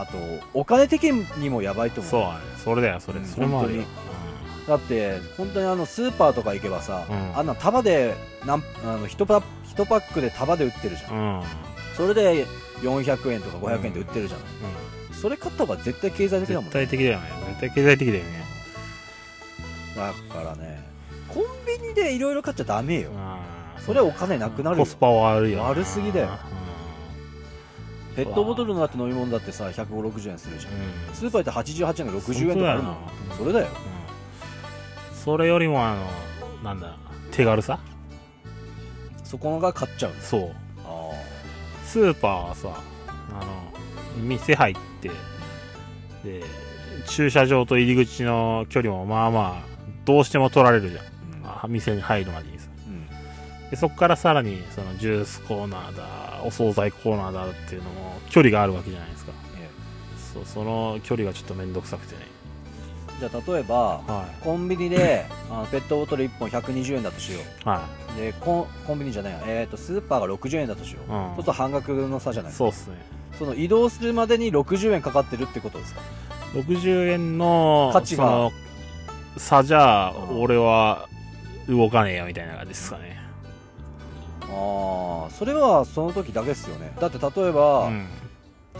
Speaker 3: あと、お金的にもやばいと思う。
Speaker 2: そうだねそれだよそれ、
Speaker 3: うん
Speaker 2: それもあるよ
Speaker 3: 本だって、本当にあの、スーパーとか行けばさ、
Speaker 2: うん
Speaker 3: あんな束で、なん、あの、一パ、一パックで束で売ってるじゃん。
Speaker 2: うん、うん
Speaker 3: それで、400円とか500円で売ってるじゃん。それ買った方が絶対経済的だもん
Speaker 2: 絶
Speaker 3: ね。
Speaker 2: 対的だよね絶対経済的だよね
Speaker 3: だからね、コンビニでいろいろ買っちゃダメよ。
Speaker 2: あー
Speaker 3: それはお金なくなるよ
Speaker 2: コスパはあるよな
Speaker 3: 悪すぎだよペットボトルのだって飲み物だってさ、150、60円するじゃん
Speaker 2: う。ん、
Speaker 3: スーパー行って88円が60円
Speaker 2: 本
Speaker 3: とか
Speaker 2: 当だ
Speaker 3: あ
Speaker 2: よ
Speaker 3: る
Speaker 2: な
Speaker 3: のそれだよ。
Speaker 2: うんそれよりもあのなんだ手軽さ
Speaker 3: そこのが買っちゃう。
Speaker 2: そう
Speaker 3: あ
Speaker 2: スーパーはさあの店入ってで駐車場と入り口の距離もまあまあどうしても取られるじゃん
Speaker 3: あ。
Speaker 2: あ店に入るまでにさ
Speaker 3: うん。
Speaker 2: でそこからさらにそのジュースコーナーだお惣菜コーナーだっていうのも距離があるわけじゃないですか
Speaker 3: え
Speaker 2: そうその距離がちょっと面倒くさくてね
Speaker 3: えじゃあ、例えば、
Speaker 2: は
Speaker 3: コンビニで、あのペットボトル1本120円だとしよ
Speaker 2: いは
Speaker 3: う。で、コンコンビニじゃないや、えっ、と、スーパーが60円だとしよう。
Speaker 2: うん
Speaker 3: そうすると半額の差じゃないい
Speaker 2: そうっすね
Speaker 3: その移動するまでに60円かかってるってことですか
Speaker 2: 60円の
Speaker 3: 価値が
Speaker 2: その差じゃあ
Speaker 3: うん
Speaker 2: 俺は動かねえよみたいな感じですかね
Speaker 3: ああ、それはその時だけですよね。だって例えば、
Speaker 2: うん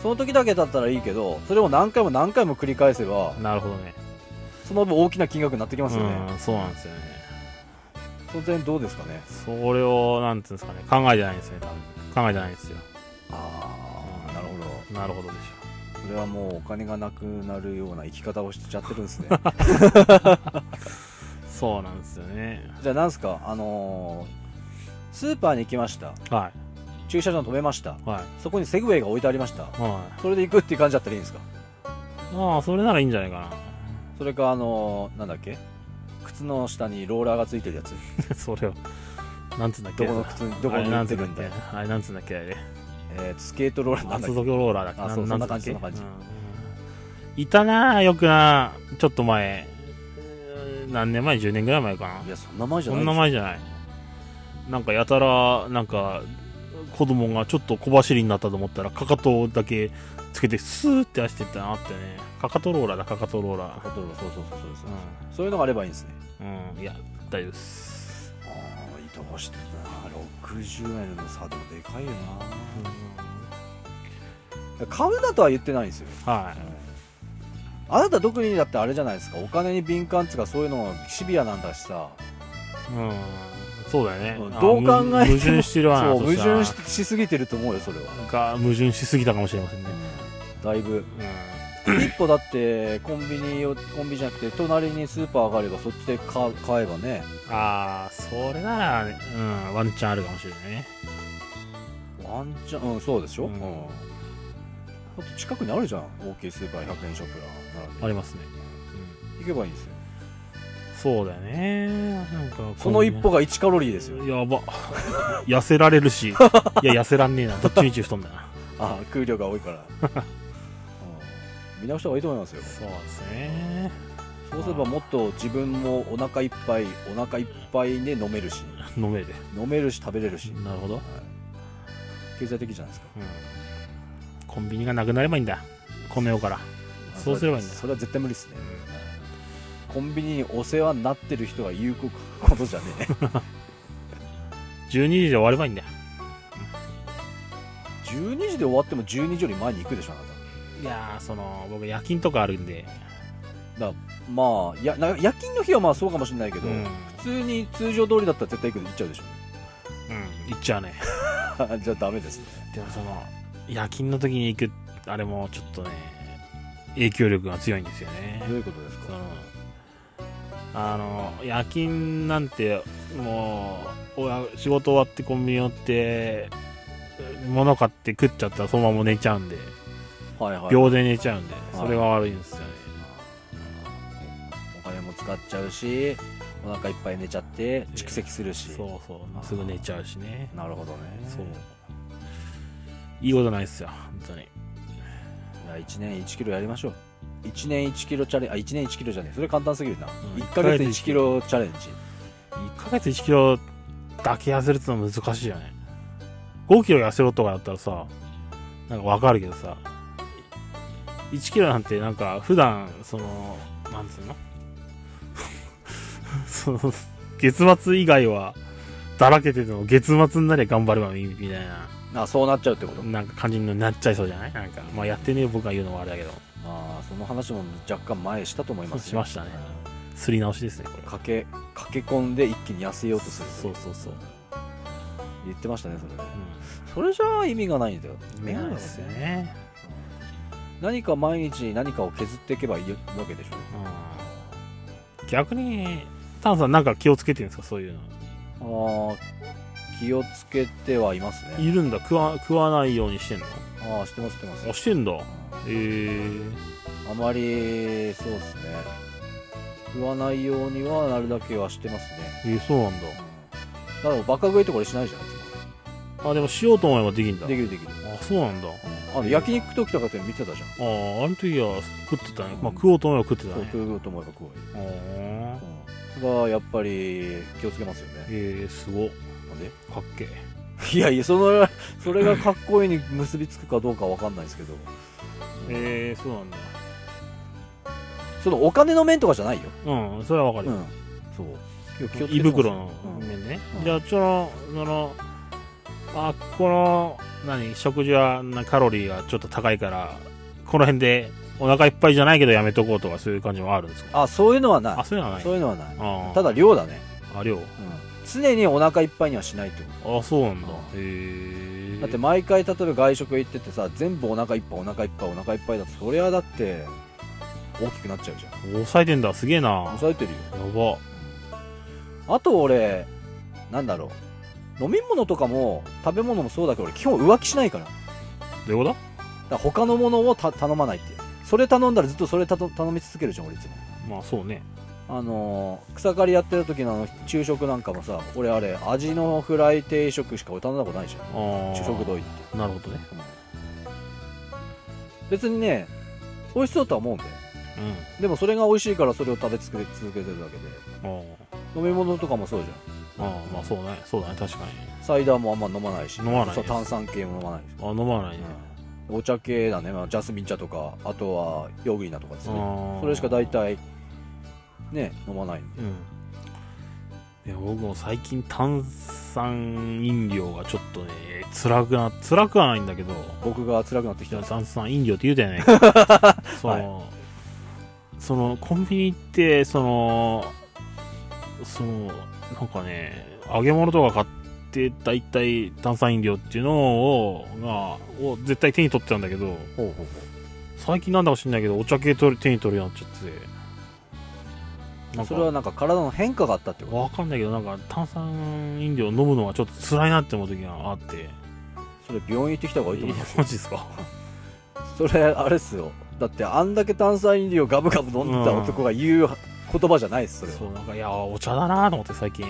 Speaker 3: その時だけだったらいいけど、それを何回も何回も繰り返せば、
Speaker 2: なるほどね
Speaker 3: その分大きな金額になってきますよね。
Speaker 2: うんそうなんですよね
Speaker 3: その点どうですかね
Speaker 2: それをなんていうんですかね考えてないんですね多分考えてないんですよ
Speaker 3: ああ、なるほど。
Speaker 2: なるほどでし
Speaker 3: これはもうお金がなくなるような生き方をしてちゃってるんですね。
Speaker 2: ょそうなんですよね
Speaker 3: じゃあなんすか、あのースーパーに行きました。
Speaker 2: は
Speaker 3: 駐車場に止めました。
Speaker 2: いはい
Speaker 3: そこにセグウェイが置いてありました。
Speaker 2: はい
Speaker 3: それで行くっていう感じだったらいいんですか
Speaker 2: ああ、それならいいんじゃないか
Speaker 3: それか、あのーなんだっけ靴の下にローラーがついてるやつ。
Speaker 2: な。 それを。なんつうんだっけ
Speaker 3: どこの靴に、どこ
Speaker 2: あれ
Speaker 3: に
Speaker 2: な
Speaker 3: 売
Speaker 2: ん
Speaker 3: っ
Speaker 2: つう
Speaker 3: て
Speaker 2: んだ
Speaker 3: るん
Speaker 2: っ
Speaker 3: だ
Speaker 2: け
Speaker 3: よ。
Speaker 2: あれなんつうんだっけあれ。
Speaker 3: えー、スケートローラーなんだっ
Speaker 2: 厚
Speaker 3: け
Speaker 2: 底ローラーだっけ
Speaker 3: あそう
Speaker 2: なん
Speaker 3: そんな
Speaker 2: つうんだっ
Speaker 3: 感
Speaker 2: け
Speaker 3: じそんな感じ
Speaker 2: うんいたなあよくなあちょっと前。うん何年前 ?10 年ぐらい前か
Speaker 3: い
Speaker 2: な。
Speaker 3: や、そんな前じゃ
Speaker 2: そ
Speaker 3: ない
Speaker 2: んな前じゃない。なんかやたら、なんか、子供がちょっと小走りになったと思ったら、かかとだけつけて、スーって走ってったなあってね。かかとローラーだ、かかとローラー。
Speaker 3: そうそうそうそうそうです、そういうのがあればいいんですね。
Speaker 2: うん。うん。いや、大丈夫です。
Speaker 3: ああ、移動してたな。60円の差でもでかいよな。買うなとは言ってないんですよ。
Speaker 2: はい。
Speaker 3: あなた特にだってあれじゃないですかお金に敏感っつうかそういうのシビアなんだしさ
Speaker 2: うんそうだよね
Speaker 3: うん。どう考えても
Speaker 2: あむ矛盾してるわな
Speaker 3: そう
Speaker 2: と
Speaker 3: 矛
Speaker 2: したら
Speaker 3: 盾ししすぎてると思うよそれは
Speaker 2: なんか矛盾しすぎたかもしれませんね。
Speaker 3: だいぶ
Speaker 2: う
Speaker 3: 一歩だってコンビニをコンビニじゃなくて隣にスーパーがあればそっちで買買えばね
Speaker 2: ん、ああ、それなら、うん、ワンチャンあるかもしれないね。
Speaker 3: ワンチャンうんそうでしょ、う
Speaker 2: うんん
Speaker 3: だって近くにあるじゃん大きいスーパー100円ショップが並んで
Speaker 2: ありますね。
Speaker 3: 行けばいいんですよ
Speaker 2: そうだよね。なんか
Speaker 3: その一歩
Speaker 2: が。
Speaker 3: が1カロリーですよ
Speaker 2: やば。 痩せられる し。いや、痩せらんねえな。どっちみち太んだな。
Speaker 3: ああ空量が多いからうん見直した方がいいと思いますよ
Speaker 2: そうですね。
Speaker 3: そうすればもっと自分もお腹いっぱいお腹いっぱいで飲めるし
Speaker 2: 飲めで。
Speaker 3: 飲めるし食べれるし、
Speaker 2: なるほど。
Speaker 3: 経済的じゃないですか
Speaker 2: うん。コンビニがなくなればいいんだ米をからそうすればいいんだ
Speaker 3: それは絶対無理ですねコンビニにお世話になってる人が言うことじゃね え
Speaker 2: 12時で終わればいいんだ
Speaker 3: 12時で終わっても12時より前に行くでしょあなた
Speaker 2: いやーその僕夜勤とかあるんで
Speaker 3: まあやな夜勤の日はまあそうかもしれないけど、
Speaker 2: うん
Speaker 3: 普通に通常通りだったら絶対行くで行っちゃうでしょ
Speaker 2: うん行っちゃうね
Speaker 3: じゃあダメですね
Speaker 2: でもその夜勤の時に行くあれもちょっとね影響力が強いんですよね
Speaker 3: どういうことです
Speaker 2: そ
Speaker 3: か
Speaker 2: のあの夜勤なんてもうおや仕事終わってコンビニ寄って物買って食っちゃったらそのまま寝ちゃうんで
Speaker 3: はいはい
Speaker 2: 秒で寝ちゃうんでそれが悪いんですよね、
Speaker 3: お金も使っちゃうしお腹いっぱい寝ちゃって蓄積するし、
Speaker 2: そうそうすぐ寝ちゃうしね
Speaker 3: なるほどね
Speaker 2: そういいことないっすよ本当に
Speaker 3: いや1年1キロやりましょう1年1キロチャレンジあ1年1キロじゃねえそれ簡単すぎるな、
Speaker 2: ん
Speaker 3: 1ヶ月1キロチャレンジ
Speaker 2: 1ヶ月1キロだけ痩せるってのは難しいよね5キロ痩せろとかだったらさなんかわかるけどさ1キロなんてなんか普段そのなんつうの その月末以外はだらけてても月末になりゃ頑張ればいいみたいな
Speaker 3: あそうなっちゃうってこと、
Speaker 2: なんか感じになっちゃいそうじゃないなんかまあやってねえ僕が言うのもあれだけど
Speaker 3: ああその話も若干前したと思いますよ
Speaker 2: しましたねすり直しですねこれ
Speaker 3: かけ駆け込んで一気に痩せようとする
Speaker 2: そうそうそう、
Speaker 3: 言ってましたねそれね
Speaker 2: う
Speaker 3: それじゃあ意味がないんだよ
Speaker 2: ん、見ないですよね
Speaker 3: 何か毎日何かを削っていけばいいわけでしょ
Speaker 2: うん逆に、タンさんなんか気をつけてるんですかそういうの。
Speaker 3: ああ気をつけてはいますね
Speaker 2: いるんだ。食わ、食わないようにしてんの
Speaker 3: ああしてますしてます
Speaker 2: あ、してんだ。
Speaker 3: う
Speaker 2: えー、
Speaker 3: んあまりそうですね食わないようにはなるだけはしてますね
Speaker 2: えーそうなんだ
Speaker 3: うん。だからバカ食いとか俺しないじゃないですか
Speaker 2: あ、でもしようと思えばできるんだ。
Speaker 3: できるできる
Speaker 2: あ、そうなんだ。
Speaker 3: あの焼肉時とかって見てたじゃん
Speaker 2: ああ、あの時は食ってたね。まあ、食おうと思えば食ってた
Speaker 3: そう
Speaker 2: ね。
Speaker 3: 食うと思えば食うわ
Speaker 2: あー
Speaker 3: うんそれはやっぱり気をつけますよね
Speaker 2: えー、すご。
Speaker 3: なんで
Speaker 2: かっけえ。
Speaker 3: いやいや、その、それがかっこいいに結びつくかどうかわかんないですけど、
Speaker 2: えー、そうなんだ。
Speaker 3: そのお金の面とかじゃないよ。
Speaker 2: うん、それはわか
Speaker 3: う
Speaker 2: るよ。
Speaker 3: ん。そう。今日気をつけ
Speaker 2: 胃
Speaker 3: てます
Speaker 2: 袋の
Speaker 3: うん
Speaker 2: 面ね、
Speaker 3: うん
Speaker 2: じゃあちょっとそのあこの何食事はなカロリーがちょっと高いからこの辺でお腹いっぱいじゃないけどやめとこうとかそういう感じもあるんですか
Speaker 3: あ、そういうのは
Speaker 2: あ
Speaker 3: な。
Speaker 2: そういうのはいない
Speaker 3: そういうのはない。
Speaker 2: あ
Speaker 3: ただ量だね。
Speaker 2: あ量
Speaker 3: うん。常にお腹いっぱいにはしないってこ
Speaker 2: あそうなんだ
Speaker 3: うん
Speaker 2: へえ
Speaker 3: と。だって毎回例えば外食行っててさ、全部お腹いっぱいお腹いっぱいお腹いっぱいだと、それはだって、大きくなっちゃうじゃん。
Speaker 2: 抑えてんだすげえなや
Speaker 3: 抑えてるよ。
Speaker 2: ば
Speaker 3: あと俺、なんだろう。飲み物とかも食べ物もそうだけど俺基本浮気しないから。
Speaker 2: どういうこと
Speaker 3: だから他のものをた頼まないっていうそれ頼んだらずっとそれたと頼み続けるじゃん俺いつも
Speaker 2: まあそうね
Speaker 3: あのー草刈りやってる時のあの昼食なんかもさ俺あれ味のフライ定食しか俺頼んだことないじ
Speaker 2: あ
Speaker 3: ゃん
Speaker 2: あ
Speaker 3: 昼食堂行って
Speaker 2: なるほどね
Speaker 3: 別にね美味しそうとは思うんだよ
Speaker 2: う
Speaker 3: でもそれが美味しいからそれを食べ続け続けてるだけで
Speaker 2: ん
Speaker 3: 飲み物とかもそうじゃ
Speaker 2: ああああまあそうねそうだね確かに
Speaker 3: んサイダーもあんま飲まないし
Speaker 2: 飲まないです
Speaker 3: そう炭酸系も飲まないし、
Speaker 2: あ飲まないね、
Speaker 3: うんお茶系だね、まあ、ジャスミン茶とかあとはヨーグリナとかですね
Speaker 2: ああ
Speaker 3: それしか大体ね飲まないんで
Speaker 2: うん。いや、僕も最近炭酸飲料がちょっとね、辛くな、辛くはないんだけど、
Speaker 3: 僕が辛くなってきた
Speaker 2: じゃあ
Speaker 3: んです
Speaker 2: 炭酸飲料って言うじゃないか。 その、その、コンビニ行って、その、その、なんかね、揚げ物とか買って、大体炭酸飲料っていうのを、が、を絶対手に取ってたんだけど、
Speaker 3: ほうほう
Speaker 2: 最近なんだか知んないけど、お茶系取る手に取るようになっちゃって。
Speaker 3: ほ
Speaker 2: な
Speaker 3: うんそ
Speaker 2: か
Speaker 3: れはなんか体の変化があったってこ
Speaker 2: わかんないけど、なんか炭酸飲料飲むのがちょっと辛いなって思う時があって。
Speaker 3: とそれ病院行ってきた方がいいと思い
Speaker 2: いや
Speaker 3: ます
Speaker 2: マジですか
Speaker 3: それあれっすよだってあんだけ炭酸飲料ガブガブ飲んでた男が言う言葉じゃないっすそれは
Speaker 2: そう、なんか、いや、お茶だなと思って最近。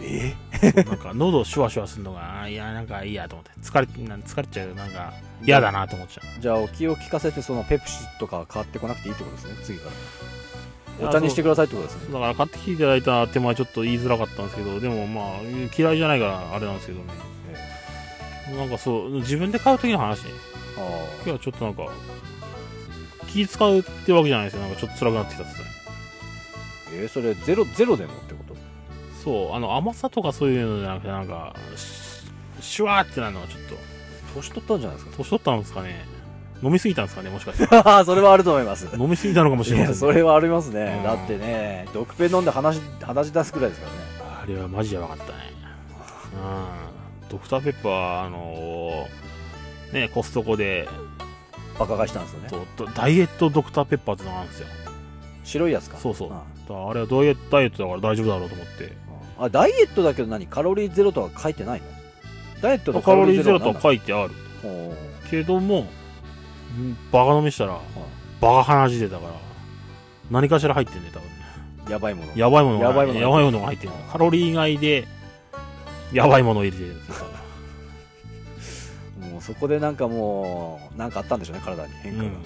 Speaker 3: え
Speaker 2: そうなんか、喉をシュワシュワするのが、あいや、なんかいいやと思って。疲れ、なん疲れちゃう。なんか、嫌だなと思っちゃ
Speaker 3: じゃあお気を利かせてそのペプシとか買ってこなくていいってことですね次か
Speaker 2: い
Speaker 3: ら
Speaker 2: や
Speaker 3: お茶にしてくださいってことです
Speaker 2: う。
Speaker 3: ね
Speaker 2: だから、買ってきていただいた手前ちょっと言いづらかったんですけど、でもまあ、嫌いじゃないから、あれなんですけどね。
Speaker 3: え
Speaker 2: なんかそう、自分で買う時の話ね。
Speaker 3: あ
Speaker 2: 今日はちょっとなんか、気使うってわけじゃないですよ。なんかちょっと辛くなってきたっすね。
Speaker 3: ーえーそれゼロゼロでもってこと
Speaker 2: そう、あの甘さとかそういうのじゃなくて、なんか、しシュワーってなるのはちょっと、
Speaker 3: 年取ったんじゃないです
Speaker 2: 年取ったんですかね飲みすぎたんですかねもしかして。
Speaker 3: かそれ はあると思いますい
Speaker 2: 飲みすぎたのかもしれません、
Speaker 3: や
Speaker 2: ね。
Speaker 3: それはありますね
Speaker 2: うん
Speaker 3: だってね毒ペン飲んで話話し出すくらいですからね
Speaker 2: あれはマジやばかったね。うん。ドクターペッパーは、あのーね、コストコで、
Speaker 3: バカ買いしたんですよね
Speaker 2: ととダイエットドクターペッパーってのがあるんですよ。
Speaker 3: 白いやつか
Speaker 2: そうそう
Speaker 3: あ
Speaker 2: だからあれはダイエットダイエットだから大丈夫だろうと思って。
Speaker 3: ああダイエットだけど何カロリーゼロとは書いてないのダイエットと
Speaker 2: カロリーゼロとは書いてある
Speaker 3: おー
Speaker 2: けども、バカ飲みしたら、バカ鼻血出たから、何かしら入ってんね、多分ね。
Speaker 3: やばいもの
Speaker 2: やばいものが
Speaker 3: やばいもの
Speaker 2: やばいものが入ってるカロリー以外で、やばいものを入れてるんですよ。
Speaker 3: もうそこでなんかもうなんかあったんでしょうね体に変化が、
Speaker 2: うん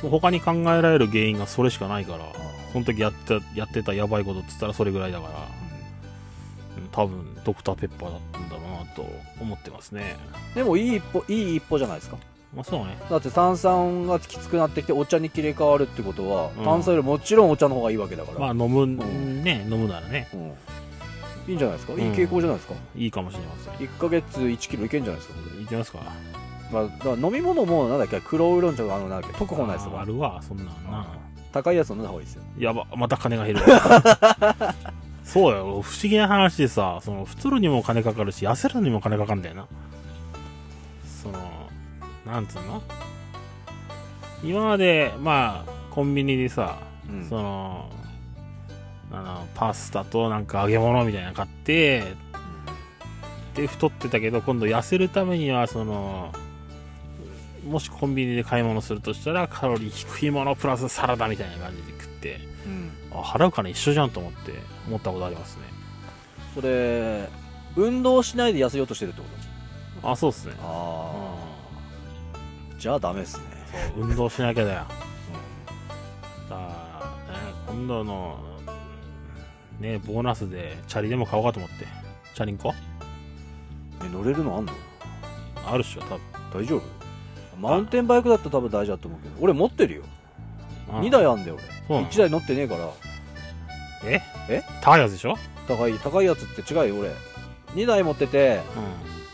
Speaker 2: その他に考えられる原因がそれしかないから、その時やってたやってたやばいことっつったらそれぐらいだから、うん多分ドクターペッパーだったんだろうなと思ってますね。
Speaker 3: でもいい一歩いい一歩じゃないですか
Speaker 2: まあそうね。
Speaker 3: だって炭酸がきつくなってきてお茶に切り替わるってことは、
Speaker 2: うん
Speaker 3: 炭酸よりもちろんお茶の方がいいわけだから、
Speaker 2: まあ飲む、
Speaker 3: ん
Speaker 2: ね、飲むならね、
Speaker 3: うん、いいんじゃないですかい
Speaker 2: ん
Speaker 3: い傾向じゃないですか、
Speaker 2: いいかもしれません。
Speaker 3: 1ヶ月1キロいけんじゃないですかこ
Speaker 2: いきますか。
Speaker 3: れ、まあ、だから飲み物もなんだっけ黒ウーロン茶のあのなんだっけ特保のやつと
Speaker 2: あーあ
Speaker 3: か
Speaker 2: るわ、そんなんな。
Speaker 3: 高いやつを飲んだ方がいいですよ
Speaker 2: やば、また金が 減るわそうよ、不思議な話でさ、その、太るにも金かかるし、痩せるにも金かかるんだよな。その、なんつうの今まで、まあ、コンビニでさ、
Speaker 3: うん
Speaker 2: その、あの、パスタとなんか揚げ物みたいなの買って、で、太ってたけど、今度痩せるためには、その、もしコンビニで買い物するとしたら、カロリー低いものプラスサラダみたいな感じで食って、
Speaker 3: うん
Speaker 2: あ払う金一緒じゃんと思って思ったことありますね
Speaker 3: それ運動しないで痩せようとしてるってこ
Speaker 2: あそうっすね
Speaker 3: とあ
Speaker 2: う
Speaker 3: あじゃあダメですね
Speaker 2: ん運動しなきゃだよだからね今度のねボーナスでチャリでも買おうかと思ってチャリンコ
Speaker 3: え乗れるのあんの
Speaker 2: あるっしょ多分
Speaker 3: 大丈夫マウンテンバイクだったら多分大事だと思うけど俺持ってるよ
Speaker 2: あ
Speaker 3: 2台あんだよ俺
Speaker 2: そうなの
Speaker 3: 1台乗ってねえから
Speaker 2: え
Speaker 3: え
Speaker 2: 高いやつでしょ
Speaker 3: 高い高いやつって違うよ俺2台持ってて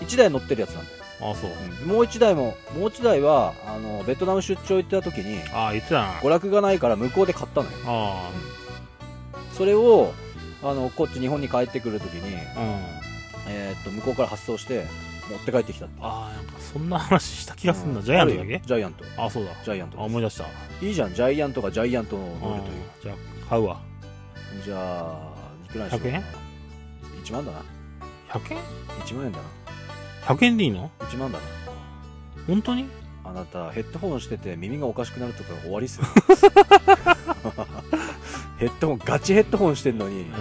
Speaker 2: う
Speaker 3: 1台乗ってるやつなんだよ、
Speaker 2: んあそう
Speaker 3: もう1台ももう1台はあのベトナム出張行ってた時に
Speaker 2: あ言ってたな
Speaker 3: 娯楽がないから向こうで買ったのよ
Speaker 2: あ
Speaker 3: それをあのこっち日本に帰ってくる時に、
Speaker 2: あうん
Speaker 3: えーっと向こうから発送して持って帰ってきたって
Speaker 2: あーなんかそんな話した気がすんな、
Speaker 3: う
Speaker 2: ジャイアントだ
Speaker 3: あ
Speaker 2: っ
Speaker 3: るよ
Speaker 2: け
Speaker 3: ジャイアント
Speaker 2: あそうだ
Speaker 3: ジャイアント
Speaker 2: あ思い出した
Speaker 3: いいじゃんジャイアントがジャイアントを乗るという
Speaker 2: うんじゃあ買うわ
Speaker 3: じゃあいくらにしようかな
Speaker 2: 100
Speaker 3: 1万だな
Speaker 2: 100円
Speaker 3: 1万円だ
Speaker 2: 100円でいいの
Speaker 3: な1万だな
Speaker 2: 本当に
Speaker 3: あなたヘッドホンしてて耳がおかしくなるとか終わり っすよヘッドホンガチヘッドホンしてんのに
Speaker 2: うん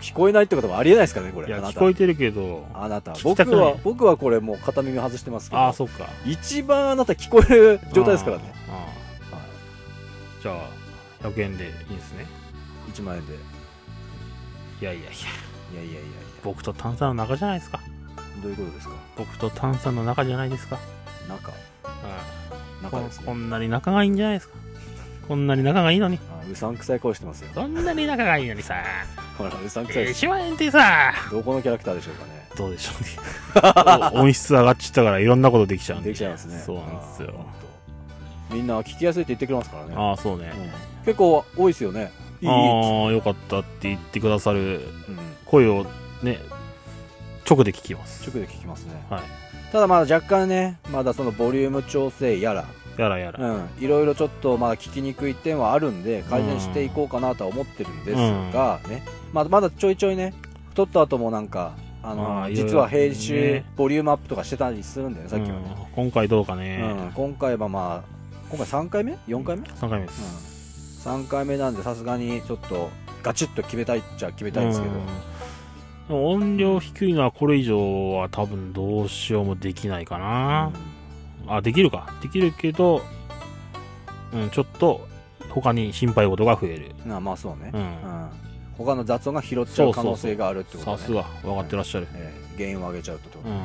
Speaker 3: 聞こえないってこともありえないですからねこれ
Speaker 2: いや
Speaker 3: あな
Speaker 2: 聞
Speaker 3: た
Speaker 2: こえてるけど
Speaker 3: あなた
Speaker 2: 聞きた
Speaker 3: 僕
Speaker 2: くない
Speaker 3: は僕はこれもう片耳外してますけど
Speaker 2: ああそっか
Speaker 3: 一番あなた聞こえる状態ですからね、
Speaker 2: あ
Speaker 3: は
Speaker 2: ーじゃあ100円でいいんですね
Speaker 3: い、1万円でい
Speaker 2: いやいやいや
Speaker 3: やいやいやいや
Speaker 2: 僕と炭酸の中じゃないですか
Speaker 3: どういうことですか
Speaker 2: 僕と炭酸の中じゃないですか、
Speaker 3: 中
Speaker 2: う
Speaker 3: 中
Speaker 2: ん
Speaker 3: です
Speaker 2: こ
Speaker 3: ね
Speaker 2: んなに仲がいいんじゃないですかこんなに仲がいいのに
Speaker 3: あうさんくさい声してますよ
Speaker 2: こんなに仲がいいのにさ
Speaker 3: ほらうさんくさいです
Speaker 2: 1万円ってさ
Speaker 3: どこのキャラクターでしょうかね
Speaker 2: どうでしょうねお音質上がっちゃったからいろんなことできちゃうんで
Speaker 3: できちゃいますね
Speaker 2: そうなんです
Speaker 3: あー
Speaker 2: よ
Speaker 3: ほんとみんな聞きやすいって言ってくれますからね
Speaker 2: ああそうね
Speaker 3: うん結構多いですよねいいい
Speaker 2: ああよかったって言ってくださる
Speaker 3: いうん
Speaker 2: 声をね直で聞きます
Speaker 3: 直で聞きますね
Speaker 2: はい
Speaker 3: ただまだ若干ねまだそのボリューム調整やら
Speaker 2: やらやら
Speaker 3: うんいろいろちょっとまだ聞きにくい点はあるんで改善していこうかなとは思ってるんですがねまだまだちょいちょいね撮った後もなんかあ
Speaker 2: ま
Speaker 3: の
Speaker 2: あいろいろ
Speaker 3: 実は編集
Speaker 2: ね
Speaker 3: ボリュームアップとかしてたりするんだよねさっきはね
Speaker 2: うん今回どうか
Speaker 3: う
Speaker 2: ね、
Speaker 3: ん今回はまあ今回3回目 ?4 回目
Speaker 2: 3回目です、
Speaker 3: 3回目なんでさすがにちょっとガチッと決めたいっちゃ決めたいんですけど
Speaker 2: うんでも音量低いのはこれ以上は多分どうしようもできないかな、あできるかできるけど、うん、ちょっと他に心配事が増える、
Speaker 3: なあまあそうね
Speaker 2: う、
Speaker 3: うんん、他の雑音が拾っちゃう可能性があるってことね
Speaker 2: さすが分かってらっしゃる、
Speaker 3: ええ原因を上げちゃうってこと、
Speaker 2: うん
Speaker 3: うん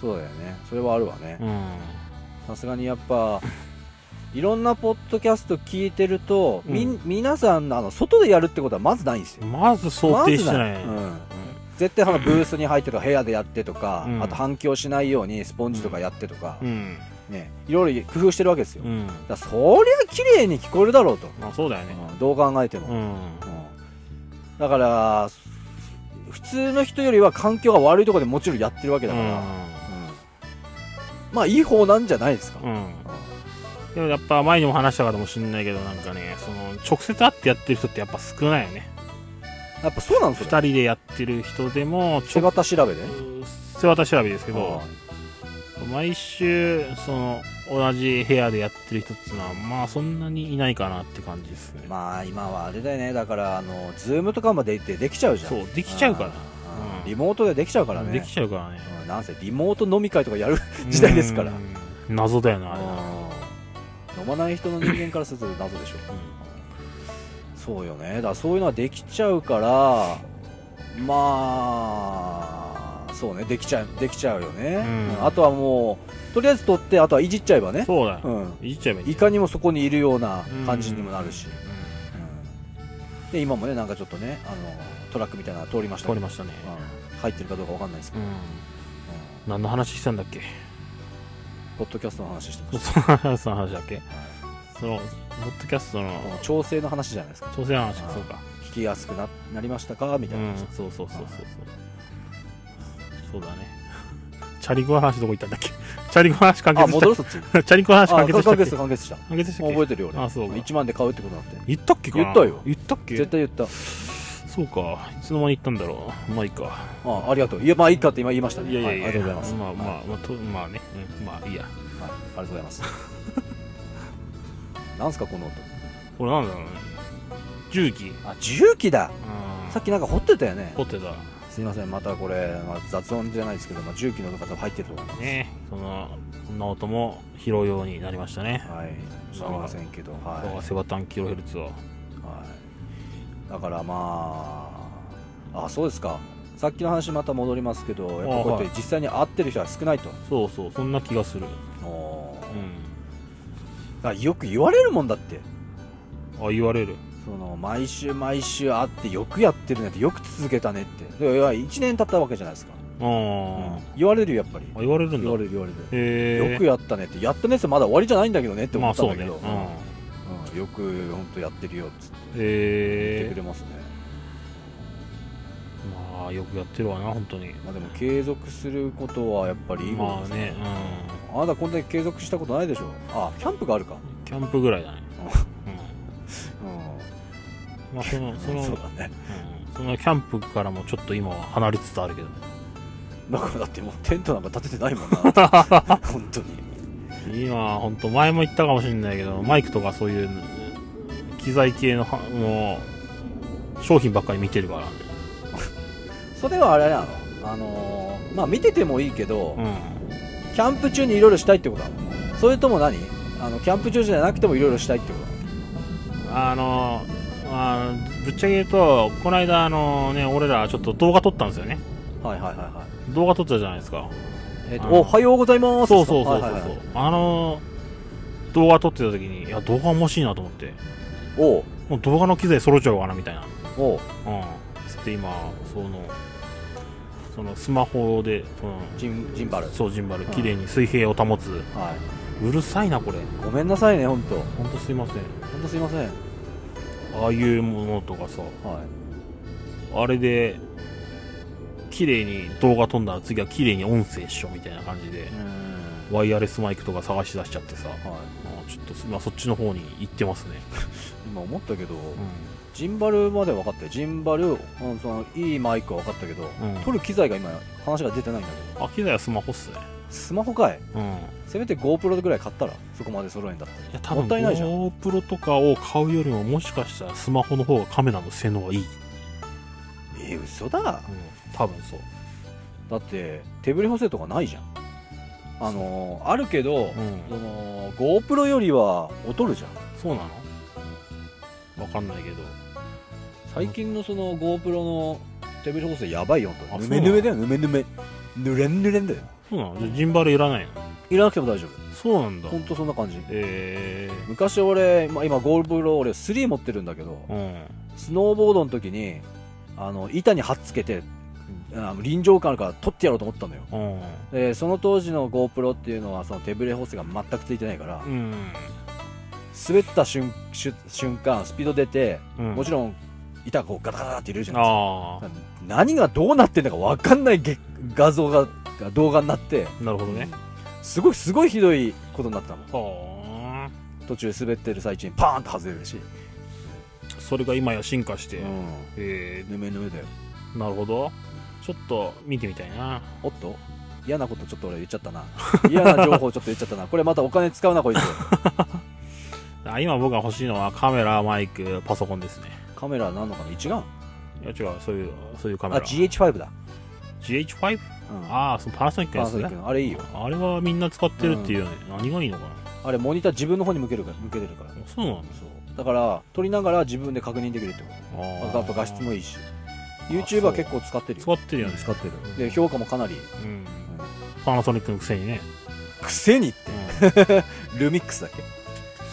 Speaker 3: そうだよねそれはあるわね
Speaker 2: うん。
Speaker 3: さすがにやっぱいろんなポッドキャスト聞いてると、み
Speaker 2: うん
Speaker 3: 皆さんあの外でやるってことはまずないんですよ
Speaker 2: まず想定してない。
Speaker 3: まずうん絶対あのブースに入ってとか部屋でやってとか、
Speaker 2: うん
Speaker 3: あと反響しないようにスポンジとかやってとか、
Speaker 2: うん。
Speaker 3: ね、いろいろ工夫してるわけですよ、
Speaker 2: う
Speaker 3: だ
Speaker 2: ん。
Speaker 3: からそりゃ綺麗に聞こえるだろうと、
Speaker 2: まあそうだよね。
Speaker 3: うんどう考えても、
Speaker 2: う
Speaker 3: うん
Speaker 2: ん。
Speaker 3: だから普通の人よりは環境が悪いところでもちろんやってるわけだから、うんまあいい方なんじゃないですか、
Speaker 2: うん。うん。
Speaker 3: う
Speaker 2: でもやっぱ前にも話したかもしれないけど、なんかね、その、直接会ってやってる人ってやっぱ少ないよね。
Speaker 3: んやっぱそうなんです
Speaker 2: 二
Speaker 3: よ
Speaker 2: 人でやってる人でも、
Speaker 3: 手形調べで
Speaker 2: 背渡し調べですけど
Speaker 3: は、
Speaker 2: 毎週、その、同じ部屋でやってる人っていうのは、まあそんなにいないかなって感じですね。
Speaker 3: いまあ今はあれだよねだからあのズームとかまで行ってできちゃうじゃん
Speaker 2: そう、できちゃうか
Speaker 3: う
Speaker 2: ら。
Speaker 3: ん
Speaker 2: うん
Speaker 3: リモートでできちゃうからね
Speaker 2: できちゃうからね。
Speaker 3: うんなんせリモート飲み会とかやる時代ですから
Speaker 2: うん。謎だよな、あれな。
Speaker 3: うん飲まない人の人間からすると謎でしょそうよねだからそういうのはできちゃうからまあそうねできちゃうできちゃうよね、
Speaker 2: うん
Speaker 3: あとはもうとりあえず取ってあとはいじっちゃえばね
Speaker 2: そうだ
Speaker 3: う
Speaker 2: よ。
Speaker 3: ん
Speaker 2: いじっちゃえばいいん
Speaker 3: い
Speaker 2: だよ。
Speaker 3: かにもそこにいるような感じにもなるし、うんで今もねなんかちょっとねあのトラックみたいなの通りました
Speaker 2: 通
Speaker 3: け
Speaker 2: り
Speaker 3: ど
Speaker 2: ましたね。
Speaker 3: うん入ってるかどうかわかんないですけ
Speaker 2: う
Speaker 3: ど、
Speaker 2: ん。何の話したんだっけ
Speaker 3: うんポッドキャストの話してまし
Speaker 2: その話の話だっけ
Speaker 3: た、は
Speaker 2: その、ポッドキャストの
Speaker 3: いもう調整の話じゃないですか
Speaker 2: 調整の話
Speaker 3: あ、ー
Speaker 2: そうか。
Speaker 3: 聞きやすくななりましたかみた
Speaker 2: う
Speaker 3: いなん話、、
Speaker 2: そうそうそうそうそう。そうだね。チャリコの話どこ行ったんだっけチャリコの話完
Speaker 3: あ
Speaker 2: 結し
Speaker 3: 戻るそっち
Speaker 2: た。 チャリコの話
Speaker 3: あ
Speaker 2: 完結
Speaker 3: 完
Speaker 2: したっけ
Speaker 3: 結完結した
Speaker 2: 完結したっ
Speaker 3: 覚えて
Speaker 2: け
Speaker 3: るよ俺
Speaker 2: あそうか
Speaker 3: 1万で買うってことになって
Speaker 2: 言ったっけかな
Speaker 3: 言ったよ
Speaker 2: 言ったっけ
Speaker 3: 絶対言った
Speaker 2: そうか。いつの間に行ったんだろう。まあいいか。
Speaker 3: あありがとういやまあいいかって今言いましたね
Speaker 2: いやいやいや、
Speaker 3: はありがとうございます
Speaker 2: まあま
Speaker 3: はい
Speaker 2: あ、まあ、とまあね、うんまあいい
Speaker 3: はいあり
Speaker 2: や。
Speaker 3: がとうございます なんすかこの音
Speaker 2: これなんだろうね。重機。うん。
Speaker 3: あ重機ださっきなんか掘ってたよね
Speaker 2: 掘ってた。
Speaker 3: すいませんまたこれ、まあ、雑音じゃないですけど、まあ、重機の方入ってると思います、
Speaker 2: ね。その、こんな音も拾うようになりましたね。
Speaker 3: はい知りませんけど
Speaker 2: だから
Speaker 3: は
Speaker 2: セバタンキロヘルツは。
Speaker 3: い、はい、だからまああそうですかさっきの話また戻りますけどやっぱこうやっ
Speaker 2: あは
Speaker 3: て
Speaker 2: い
Speaker 3: 実際に会ってる人は少ないと
Speaker 2: そうそう、そんな気がする。
Speaker 3: おー
Speaker 2: う
Speaker 3: だからよく言われるもんだって
Speaker 2: ん。あ、言われる。
Speaker 3: その毎週毎週会ってよくやってるねってよく続けたねってでいや1年経ったわけじゃないですか、
Speaker 2: あー
Speaker 3: うん言われるよやっぱり
Speaker 2: あ。言われるん
Speaker 3: 言わ
Speaker 2: だ。
Speaker 3: れる言われる、
Speaker 2: へー
Speaker 3: よくやったねってやったねってまだ終わりじゃないんだけどねって思
Speaker 2: まあ
Speaker 3: ったん
Speaker 2: そ
Speaker 3: だ
Speaker 2: う
Speaker 3: け
Speaker 2: ね。う
Speaker 3: ど、
Speaker 2: ん。
Speaker 3: うんよく本当やってるよっつって言って
Speaker 2: え
Speaker 3: くれますね、
Speaker 2: ー、まあよくやってるわな、本当に。
Speaker 3: まあ、でも継続することはやっぱりいいこと
Speaker 2: ま
Speaker 3: で
Speaker 2: あ
Speaker 3: す
Speaker 2: ね、
Speaker 3: あなたこんだけ継続したことないでしょあキャンプがあるか
Speaker 2: うん。キャンプぐらいだね。
Speaker 3: う
Speaker 2: うん。ま あその、
Speaker 3: ん
Speaker 2: その、
Speaker 3: そうだね
Speaker 2: うんそのキャンプからもちょっと今は離れつつあるけどね。
Speaker 3: だからだってもうテントなんか立ててない もんな本当に
Speaker 2: 今、ほんと前も言ったかもしれないけど、マイクとかそういううん機材系のはもう商品ばっかり見てるから。
Speaker 3: それはあれなのあのーまあ見ててもいいけど、
Speaker 2: うん。
Speaker 3: キャンプ中にいろいろしたいってことなのそれとも何あのキャンプ中じゃなくてもいろいろしたいってことなの
Speaker 2: あの、あのぶっちゃけ言うと、この間あのね、俺らちょっと動画撮ったんですよね。
Speaker 3: はいはいはいはい、
Speaker 2: 動画撮ったじゃないですか。
Speaker 3: えっと
Speaker 2: あー
Speaker 3: おはようございます
Speaker 2: そうそうそ
Speaker 3: は
Speaker 2: うそう。
Speaker 3: いはいはい
Speaker 2: あの、動画撮ってた時に、いや、動画面白いなと思って、
Speaker 3: おう
Speaker 2: もう動画の機材揃っちゃおうかなみたいな。
Speaker 3: おう
Speaker 2: うん。つって今、その、そのスマホで、その、
Speaker 3: ジンジンバル
Speaker 2: そうジンバル
Speaker 3: うん
Speaker 2: 綺麗に水平を保つ
Speaker 3: は
Speaker 2: うるさいなこれ
Speaker 3: いごめんなさいね本当
Speaker 2: ほんとすいません
Speaker 3: 本当すいませんはい
Speaker 2: ああいうものとかさあれで綺麗に動画飛んだら次は綺麗に音声っしょみたいな感じで
Speaker 3: うーん
Speaker 2: ワイヤレスマイクとか探し出しちゃってさあ
Speaker 3: はい
Speaker 2: ーちょっとすまあそっちの方に行ってますね
Speaker 3: 今思ったけど、ジンバルまで分かったよジンバルあのそのいいマイクは分かったけど、
Speaker 2: うん
Speaker 3: 撮る機材が今話が出てないんだけど
Speaker 2: あ機材はスマホっすね
Speaker 3: スマホかい
Speaker 2: うんい
Speaker 3: せめて GoPro ぐらい買ったらそこまで揃えんだったら
Speaker 2: や多
Speaker 3: も
Speaker 2: 分
Speaker 3: ったいないじゃん
Speaker 2: GoPro とかを買うよりももしかしたらスマホの方がカメラの性能がいい、うん、
Speaker 3: えー、嘘だ
Speaker 2: 多分そう
Speaker 3: だって手ぶれ補正とかないじゃんあのーあるけど、
Speaker 2: うん
Speaker 3: その GoPro よりは劣るじゃん
Speaker 2: そうなのわかんないけど
Speaker 3: 最近のその GoPro の手ぶれ補正やばいよ
Speaker 2: あ
Speaker 3: とぬめぬめだよぬめぬめぬれんぬれんだよ
Speaker 2: そうなのじゃあジンバルいらないの
Speaker 3: いらなくても大丈夫
Speaker 2: そうなんだ
Speaker 3: ほんとそんな感じ
Speaker 2: え
Speaker 3: 昔俺、まあ、今ゴールブロ俺3持ってるんだけど
Speaker 2: えー、
Speaker 3: スノーボードの時にあの板に貼っつけてあの臨場感あるから取ってやろうと思ったのよ
Speaker 2: うんうん
Speaker 3: でその当時の GoPro っていうのはその手ブレ補正が全くついてないから
Speaker 2: うん
Speaker 3: 滑った瞬瞬瞬間スピード出て
Speaker 2: うん
Speaker 3: もちろん板がこうガタガタって入れるじゃないですか
Speaker 2: あ
Speaker 3: 何がどうなってんだか分かんないげ画像がが動画になって
Speaker 2: あなるほどね
Speaker 3: すごいすごいひどいことになったもん
Speaker 2: はあ
Speaker 3: 途中滑ってる最中にパーンと外れるし、
Speaker 2: それが今や進化して、
Speaker 3: うん
Speaker 2: え
Speaker 3: ぬめぬめだよ
Speaker 2: ー、なるほどちょっと見てみたいな
Speaker 3: おっと嫌なことちょっと俺言っちゃったな 嫌な情報ちょっと言っちゃったなこれまたお金使うな こいつ
Speaker 2: あ今僕が欲しいのはカメラマイクパソコンですね
Speaker 3: カメラなんのかな一眼
Speaker 2: いや違うそういうそういうカ
Speaker 3: あ
Speaker 2: メラ
Speaker 3: GH5 だ、
Speaker 2: GH5?
Speaker 3: うん、
Speaker 2: ああそのパナソニック
Speaker 3: パナ
Speaker 2: のやつ
Speaker 3: ソニック
Speaker 2: ね
Speaker 3: のあれいいよ
Speaker 2: あれはみんな使ってるっていうよね、何がいいのかな
Speaker 3: あれモニター自分の方に向けるから向けてるから
Speaker 2: あそうなの
Speaker 3: そうだから撮りながら自分で確認できるってこと
Speaker 2: あー
Speaker 3: やっぱ画質もいいし
Speaker 2: そう
Speaker 3: YouTube は結構使ってるよ
Speaker 2: 使ってるよね、
Speaker 3: 使ってる
Speaker 2: ん
Speaker 3: で評価もかなりいい、
Speaker 2: うん、パナソニックのくせにね、
Speaker 3: くせに
Speaker 2: うん、
Speaker 3: ルミックスだっけ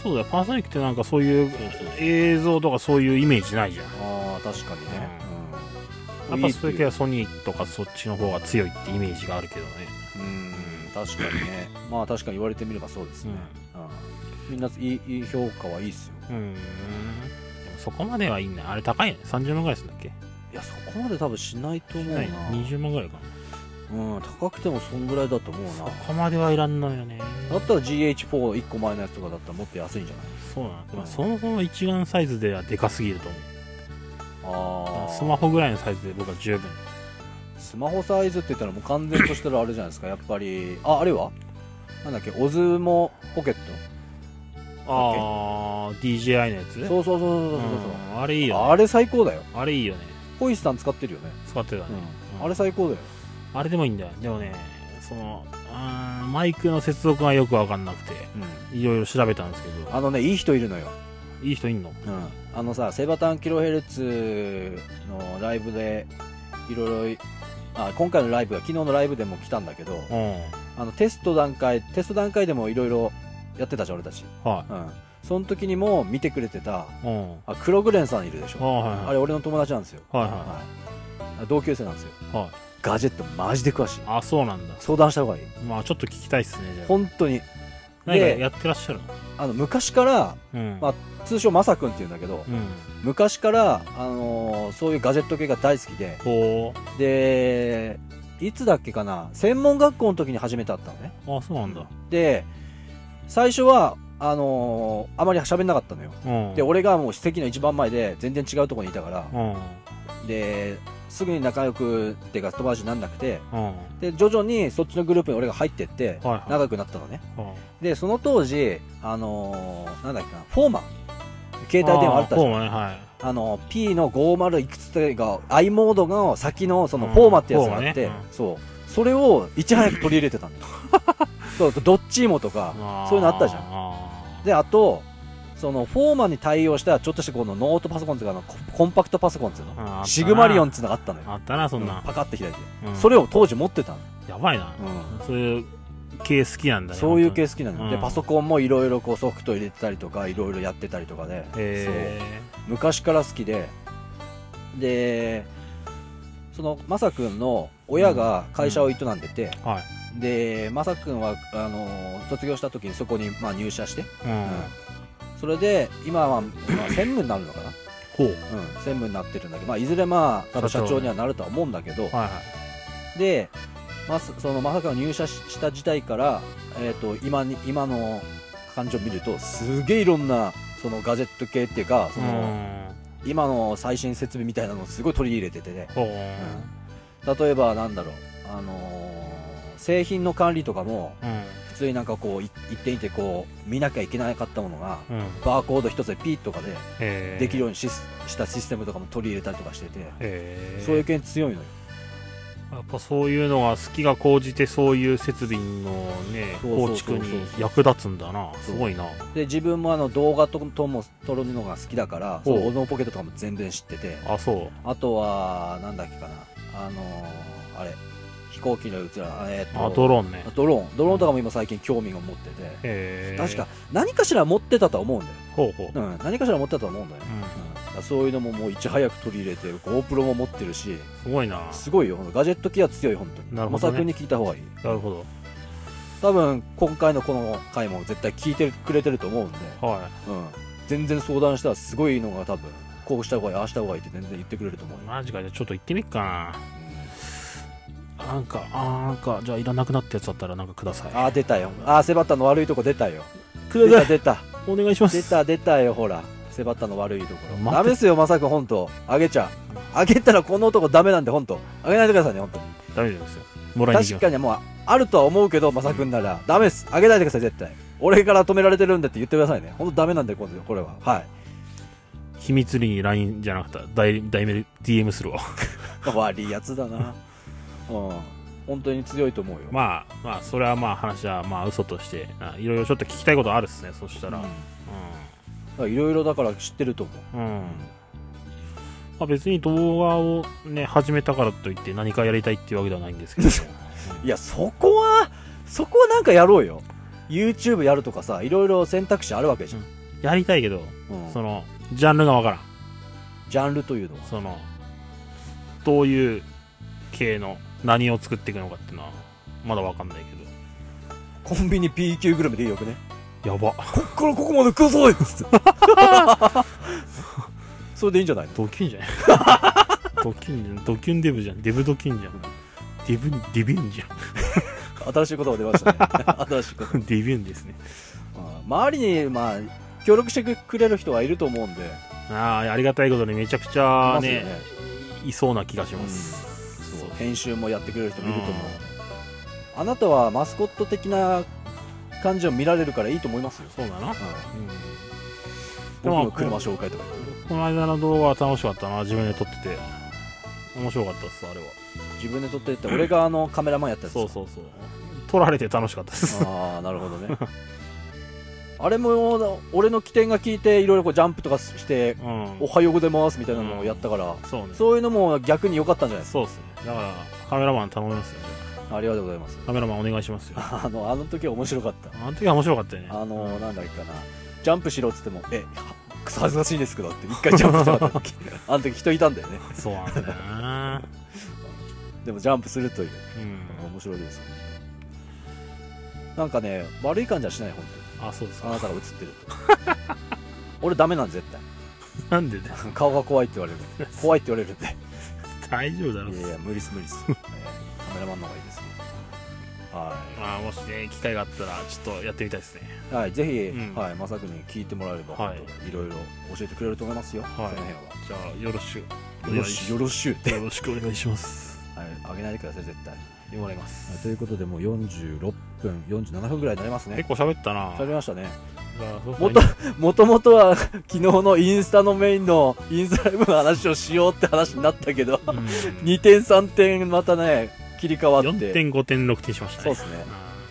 Speaker 2: そうだよパナソニックってなんかそういう映像とかそういうイメージないじゃん
Speaker 3: ああ確かにね、う
Speaker 2: やっ
Speaker 3: ん、
Speaker 2: ぱそういう
Speaker 3: い
Speaker 2: 系
Speaker 3: い
Speaker 2: はソニーとかそっちの方が強いってイメージがあるけどね、
Speaker 3: っていううん確かに ねまあ確かに言われてみればそうですね、うんみんないいいい評価はいいっすよ
Speaker 2: うんうんでもそこまではいいんだあれ高いよね30万ぐらいするんだっけ
Speaker 3: いやそこまで多分しないと思うな、
Speaker 2: ない20万ぐらいか
Speaker 3: うん、高くてもそんぐらいだと思う
Speaker 2: な
Speaker 3: な
Speaker 2: そこまではいらんのよね
Speaker 3: だったら GH41 個前のやつとかだったらもっと安いんじゃない
Speaker 2: そうなんだ、まあ、そもそも一眼サイズではでかすぎると思う
Speaker 3: ああ
Speaker 2: スマホぐらいのサイズで僕は十分
Speaker 3: スマホサイズって言ったらもう完全としたらあれじゃないですかやっぱりああれはなんだっけオズモポケット
Speaker 2: ああ DJI のやつ
Speaker 3: そうそうそうそうそう
Speaker 2: うんあれいい
Speaker 3: そう
Speaker 2: よ、ね、
Speaker 3: あれ最高だよ
Speaker 2: あれいいよね
Speaker 3: ホイスさん使ってるよね、
Speaker 2: 使ってたね、うん
Speaker 3: あれ最高だよ
Speaker 2: あれでもいいんだよでもねそのうーんマイクの接続がよく分かんなくていろいろ調べたんですけど
Speaker 3: あのねいい人いるのよ、
Speaker 2: いい人いんの
Speaker 3: あのさセバタンキロヘルツのライブでいろいろあ今回のライブは昨日のライブでも来たんだけど
Speaker 2: うん
Speaker 3: あのテスト段階テスト段階でもいろいろやってたじゃん俺たち
Speaker 2: は
Speaker 3: うんその時にも見てくれてた
Speaker 2: いうん
Speaker 3: あクログレンさんいるでし
Speaker 2: あ
Speaker 3: ょ
Speaker 2: はい
Speaker 3: あ
Speaker 2: はい
Speaker 3: れ俺の友達なんですよ
Speaker 2: はいは
Speaker 3: はい同級生なんですよ
Speaker 2: いはい
Speaker 3: ガジェットマジで詳しい
Speaker 2: あそうなんだ
Speaker 3: 相談した方がいい
Speaker 2: まあちょっと聞きたいっすねじゃあ
Speaker 3: 本当に
Speaker 2: 何か
Speaker 3: で
Speaker 2: やってらっしゃるの
Speaker 3: あの昔から
Speaker 2: うん
Speaker 3: まあ通称マサ君って言うんだけど
Speaker 2: うん
Speaker 3: 昔から、あのーそういうガジェット系が大好きで
Speaker 2: こ
Speaker 3: でいつだっけかな専門学校の時に初めて会ったのね
Speaker 2: うあそうなんだ
Speaker 3: で最初はあのーあまり喋んなかったのよ
Speaker 2: うん
Speaker 3: で俺がもう席の一番前で全然違うところにいたから
Speaker 2: うん
Speaker 3: ですぐに仲良くっていうか友達になんなくて
Speaker 2: うんは
Speaker 3: で徐々にそっちのグループに俺が入ってって
Speaker 2: いはい
Speaker 3: 仲良くなったのね
Speaker 2: は
Speaker 3: でその当時あのーなんだっけかなフォーマン携
Speaker 2: い
Speaker 3: 帯電話あったじゃん
Speaker 2: あーこうもねはい
Speaker 3: あの P の50いくつってが i モードの先のそのフォーマってやつがあって、
Speaker 2: うんフォーマね
Speaker 3: そうそれをいち早く取り入れてた んだそうどっちもとかそういうのあったじゃん
Speaker 2: ん
Speaker 3: であとそのフォーマに対応したちょっとしたこのノートパソコンっていうかあのココンパクトパソコンっていうの
Speaker 2: あー
Speaker 3: シグマリオンっていうのがあったのよ
Speaker 2: あったなそん
Speaker 3: う
Speaker 2: なん
Speaker 3: パカッて開いて、
Speaker 2: うん
Speaker 3: それを当時持ってたの、
Speaker 2: やばいな
Speaker 3: う
Speaker 2: そういう系好きなんだね
Speaker 3: そういう系
Speaker 2: 本
Speaker 3: 好きなのよ、
Speaker 2: うん
Speaker 3: でパソコンもいろいろソフト入れてたりとかいろいろやってたりとかで、
Speaker 2: 当にへえ
Speaker 3: そう昔から好きででそのまさくんの親が会社を営んでて、
Speaker 2: はい
Speaker 3: でまさくんはあの卒業した時にそこに、まあ、入社して、
Speaker 2: うん
Speaker 3: それで今は、まあ、専務になるのかな、
Speaker 2: ほう
Speaker 3: うん、専務になってるんだけど、まあ、いずれまあ多分
Speaker 2: 社
Speaker 3: 社
Speaker 2: 長
Speaker 3: 長にはなるとは思うんだけど、
Speaker 2: はいはい
Speaker 3: で、まあ、そそのまさかの入社しした時代から、えー、と今に今の感じを見るとすげえいろんなそのガジェット系っていうかその、今の最新設備みたいなのをすごい取り入れててね、
Speaker 2: ほう
Speaker 3: うん例えばなんだろう、あのー製品の管理とかも
Speaker 2: うん
Speaker 3: 普通になんかこうい一点一点こう見なきゃいけなかったものが
Speaker 2: うん
Speaker 3: バーコード一つでピッとかで
Speaker 2: へえ
Speaker 3: できるようにししたシステムとかも取り入れたりとかしてて、
Speaker 2: へえ
Speaker 3: そういう系強いのよ
Speaker 2: やっぱそういうのが好きが高じてそういう設備のね
Speaker 3: そう
Speaker 2: 構
Speaker 3: そう
Speaker 2: 築
Speaker 3: そうそう
Speaker 2: に役立つんだなす
Speaker 3: そう
Speaker 2: ごいな
Speaker 3: で自分もあの動画ととも撮るのが好きだからそ
Speaker 2: ほう
Speaker 3: のオズモポケットとかも全然知ってて
Speaker 2: あそう
Speaker 3: あとはなんだっけかなあのーあれ飛行機のうつら、えー
Speaker 2: あ、
Speaker 3: っ
Speaker 2: ド
Speaker 3: と
Speaker 2: ローンね。
Speaker 3: ドローンドローンとかも今最近興味を持ってて、
Speaker 2: えー、
Speaker 3: 確か。何かしら持ってたとは思うんだよ、
Speaker 2: ほうほう。うん。
Speaker 3: うん、何かしら持ってたと思うんだよ、うんだからそういうのももういち早く取り入れて GoPro も持ってるし
Speaker 2: すごいな。
Speaker 3: すごいよガジェット系は強い本当に
Speaker 2: なるほ
Speaker 3: ま
Speaker 2: どね
Speaker 3: さくんに聞いた方がいい
Speaker 2: なるほ
Speaker 3: 多分今回のこの回も絶対聞いてくれてると思うんで、
Speaker 2: ど。は
Speaker 3: うん、全然相談したらすごいのが多分こうした方がいいああした方がいいって全然言ってくれると思う
Speaker 2: い。
Speaker 3: よ、
Speaker 2: マジか。じゃあちょっと行ってみっかな。なんか、あーなんか、じゃあいらなくなったやつだったらなんかください。
Speaker 3: ああ出たよああセバッタの悪いとこ出たよ
Speaker 2: く
Speaker 3: 出
Speaker 2: だ
Speaker 3: た
Speaker 2: さい。
Speaker 3: 出た
Speaker 2: お願いし ます。
Speaker 3: 出た出たよほらセバッタの悪いとこ
Speaker 2: 待っ
Speaker 3: ろ
Speaker 2: て
Speaker 3: ダメですよまさくん本当あげちゃあげたらこの男ダメなんで本当あげないでくださいね本当
Speaker 2: 大丈夫ですよ。もらいに
Speaker 3: 確
Speaker 2: 行きま
Speaker 3: かにもうあるとは思うけどまさくんならダメですあげないでください絶対俺から止められてるんだって言ってくださいね本当ダメなんでこれこれははい
Speaker 2: す。秘密裏に LINE じゃなくて、題題名で DM するわ。
Speaker 3: 悪いやつだなうん本当に強いと思うよ
Speaker 2: まあ、まあ、それはまあ話はまあ嘘として、あいろいろちょっと聞きたいことあるっすね。そしたら。うん。
Speaker 3: うんいろいろだから知ってると思う
Speaker 2: うん。まあ別に動画をね、始めたからといって何かやりたいっていうわけではないん ですけど。
Speaker 3: いやそこはそこはなんかやろうよ YouTube やるとかさいろいろ選択肢あるわけじゃん、
Speaker 2: やりたいけど、
Speaker 3: うん
Speaker 2: その、ジャンルがわからん。
Speaker 3: ジャンルというのは
Speaker 2: その、どういう系の何を作っていくのかっていうのは、まだわかんないけ
Speaker 3: コンビニ P 級グルメでいいよくね
Speaker 2: ど。やば。
Speaker 3: こっからここまでくださいっつって それでいいんじゃないの
Speaker 2: ドキュン じゃないドキュンじゃん。ドキュンデブじゃん。デブドキュンじゃん。デブ、デビュンじゃ
Speaker 3: 新しい言葉出ました ね新しい言葉
Speaker 2: ん。デビュンですね。
Speaker 3: うん周りにまあ協力してくれる人はいると思うんで
Speaker 2: ああ、ありがたいことにめちゃくちゃ
Speaker 3: いま
Speaker 2: ね、
Speaker 3: すよね
Speaker 2: いそうな気がします。
Speaker 3: そう編集もやってくれる人もいると思う、あなたはマスコット的な感じを見られるからいいと思いますよ、
Speaker 2: そうだな。
Speaker 3: う
Speaker 2: うん。
Speaker 3: ん、僕の
Speaker 2: こ
Speaker 3: 車紹介とか
Speaker 2: この間の動画は楽しかったな。自分で撮ってて。面白かったっす、あれは。
Speaker 3: 自分で撮ってって俺があのカメラマンやったやつ
Speaker 2: そうそうそう。撮られて楽しかったです。
Speaker 3: ああなるほどね あれも俺の起点が効いていろいろこうジャンプとかして「
Speaker 2: うん
Speaker 3: お。はようございます」みたいなのをやったから、
Speaker 2: そうね。
Speaker 3: そういうのも逆に良かったんじゃないで
Speaker 2: そうっすね。だから、カメラマン頼みますよ。
Speaker 3: すかありがとうございます
Speaker 2: カメラマンお願いしますよ。
Speaker 3: あのあの時は面白かった
Speaker 2: あの時は面白かったよね。
Speaker 3: あのなんだっけかな、ジャンプしろっつっても、え、恥ずかしいですけどって、一回ジャンプしたかった 時あの時人いたんだよね。
Speaker 2: そうなんだよな。
Speaker 3: でもジャンプするという、
Speaker 2: うん。
Speaker 3: 面白いですよね。なんかね、悪い感じはしない、本
Speaker 2: あ、そうです
Speaker 3: 当に。あ
Speaker 2: か
Speaker 3: な。たが映ってる と。俺ダメなん絶対。
Speaker 2: なんでだよ
Speaker 3: 顔が怖いって言われ る。怖いって言われるんで。
Speaker 2: 大丈夫だろ。
Speaker 3: いやいや、無理っす無 理っす。えーカメラマンの方がいいですね。は
Speaker 2: まあ、もしね、機会があったら、ちょっとやってみたいですね。
Speaker 3: い。はい、ぜひ、
Speaker 2: うん
Speaker 3: はい、まさくんに聞いてもらえれば、
Speaker 2: はい
Speaker 3: い、ろいろ教えてくれると思いますよ、
Speaker 2: はい
Speaker 3: その辺
Speaker 2: じゃあ、よろしくお
Speaker 3: は。よ
Speaker 2: 願い
Speaker 3: ろし、よろしゅうって。
Speaker 2: よろしくお願いします。
Speaker 3: はい、あげないでください、絶対。
Speaker 2: 言われます。
Speaker 3: ということで、もう46分、47分ぐらいになりますね
Speaker 2: 結。構喋ったな。
Speaker 3: 喋りましたね。
Speaker 2: じゃあ、そう
Speaker 3: もっと、もともとは、 昨日のインスタのメインのインスタライブの話をしようって話になったけど、
Speaker 2: うん、
Speaker 3: 2点、3点、またね、切り替わっ
Speaker 2: 4
Speaker 3: て、
Speaker 2: 点、5点、6点しましたね。
Speaker 3: そうですね。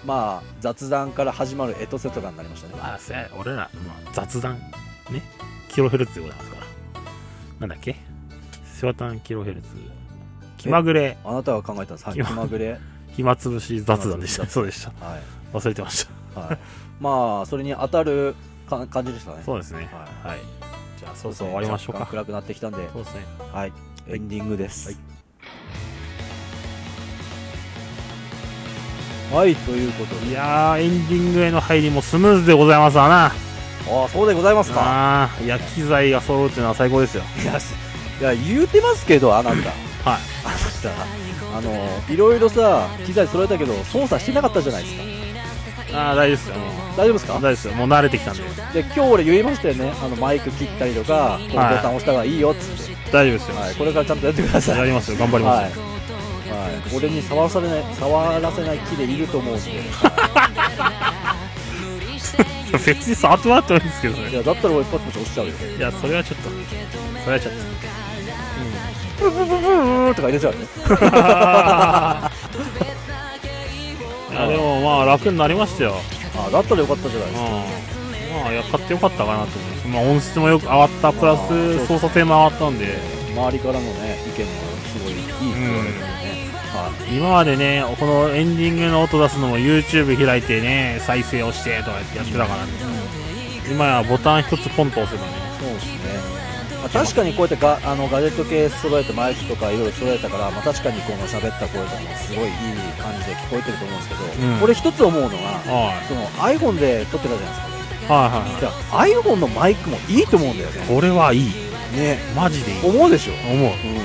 Speaker 2: う
Speaker 3: まあ、雑談から始まるエトセトラになりましたね
Speaker 2: ん。まあ、せや俺ら、まあ、雑談、ね。キロヘルツでございますから。なんだっけセワタンキロヘルツ。気まぐれ、
Speaker 3: あなたが考えたんです。はい、気
Speaker 2: 今
Speaker 3: まぐれ。
Speaker 2: 暇つぶし雑談でし
Speaker 3: 暇つぶ
Speaker 2: た。
Speaker 3: し
Speaker 2: そうでした。
Speaker 3: は
Speaker 2: 忘れてました。
Speaker 3: い。はい。まあ、それに当たるか感じでしたね。
Speaker 2: そうですね。
Speaker 3: は
Speaker 2: はい。じゃあ、そろそろ終わりましょう
Speaker 3: 若干
Speaker 2: か。
Speaker 3: 暗くなってきたんで、
Speaker 2: そうですね。
Speaker 3: はい。エンディングです。はい、ということ
Speaker 2: い
Speaker 3: で。
Speaker 2: やー、エンディングへの入りもスムーズでございますわな。
Speaker 3: ああ、そうでございますか。
Speaker 2: あーいや、機材が揃うっていうのは最高ですよ。
Speaker 3: いや、すいや言うてますけど、あなた。あな
Speaker 2: はい。
Speaker 3: た。あの、いろいろさ、機材揃えたけど、操作してなかったじゃないですか。
Speaker 2: あー大丈夫ですよ。も
Speaker 3: 大丈夫です
Speaker 2: う
Speaker 3: か
Speaker 2: 大丈夫ですよ。もう慣れてきたんで。
Speaker 3: で、今日俺言いましたよね。あの、マイク切ったりとか、このボタン押した方がいいよっつって。
Speaker 2: 大丈夫ですよ。
Speaker 3: はい、これからちゃんとやってください。
Speaker 2: やりますよ。頑張りますよ。
Speaker 3: はい、はい、俺に触らされない触らせない気でいると思うんで
Speaker 2: 別に触ってもらってもいいんですけど
Speaker 3: い
Speaker 2: ね。
Speaker 3: やだったら俺一発も押しちゃうよ
Speaker 2: いや、それはちょっと、それはちょ っ
Speaker 3: ブブブブブーとか入れちゃうよね
Speaker 2: と。いや、でもまあ楽になりましたよ。
Speaker 3: あだったらよかったじゃない
Speaker 2: うん
Speaker 3: ですか。
Speaker 2: まあ、や買ってよかったかなと思います。まあ、音質もよく上がった、プラ
Speaker 3: あー
Speaker 2: ス操作性も上がったんで。
Speaker 3: 周りからのね意見もすごいいいですよね、はい
Speaker 2: 今までね、このエンディングの音出すのも YouTube 開いてね、再生をしてとかやってやってたからね。今やボタン一つポンと押せばね。
Speaker 3: そうですね、まあ、確かにこうやってガあのガジェット系揃えてマイクとかいろいろ揃えたから、まあ、確かにこの喋った声とかもすごいいい感じで聞こえてると思うんですけど、
Speaker 2: うん
Speaker 3: これ一つ思うのが
Speaker 2: は
Speaker 3: その iPhone で撮ってたじゃない
Speaker 2: い。はいはい
Speaker 3: ですかだから iPhone のマイクもいいと思うんだよ
Speaker 2: はい。
Speaker 3: ね
Speaker 2: これはいい。
Speaker 3: ね
Speaker 2: マジでいい。
Speaker 3: 思うでしょ、
Speaker 2: 思う。
Speaker 3: うん、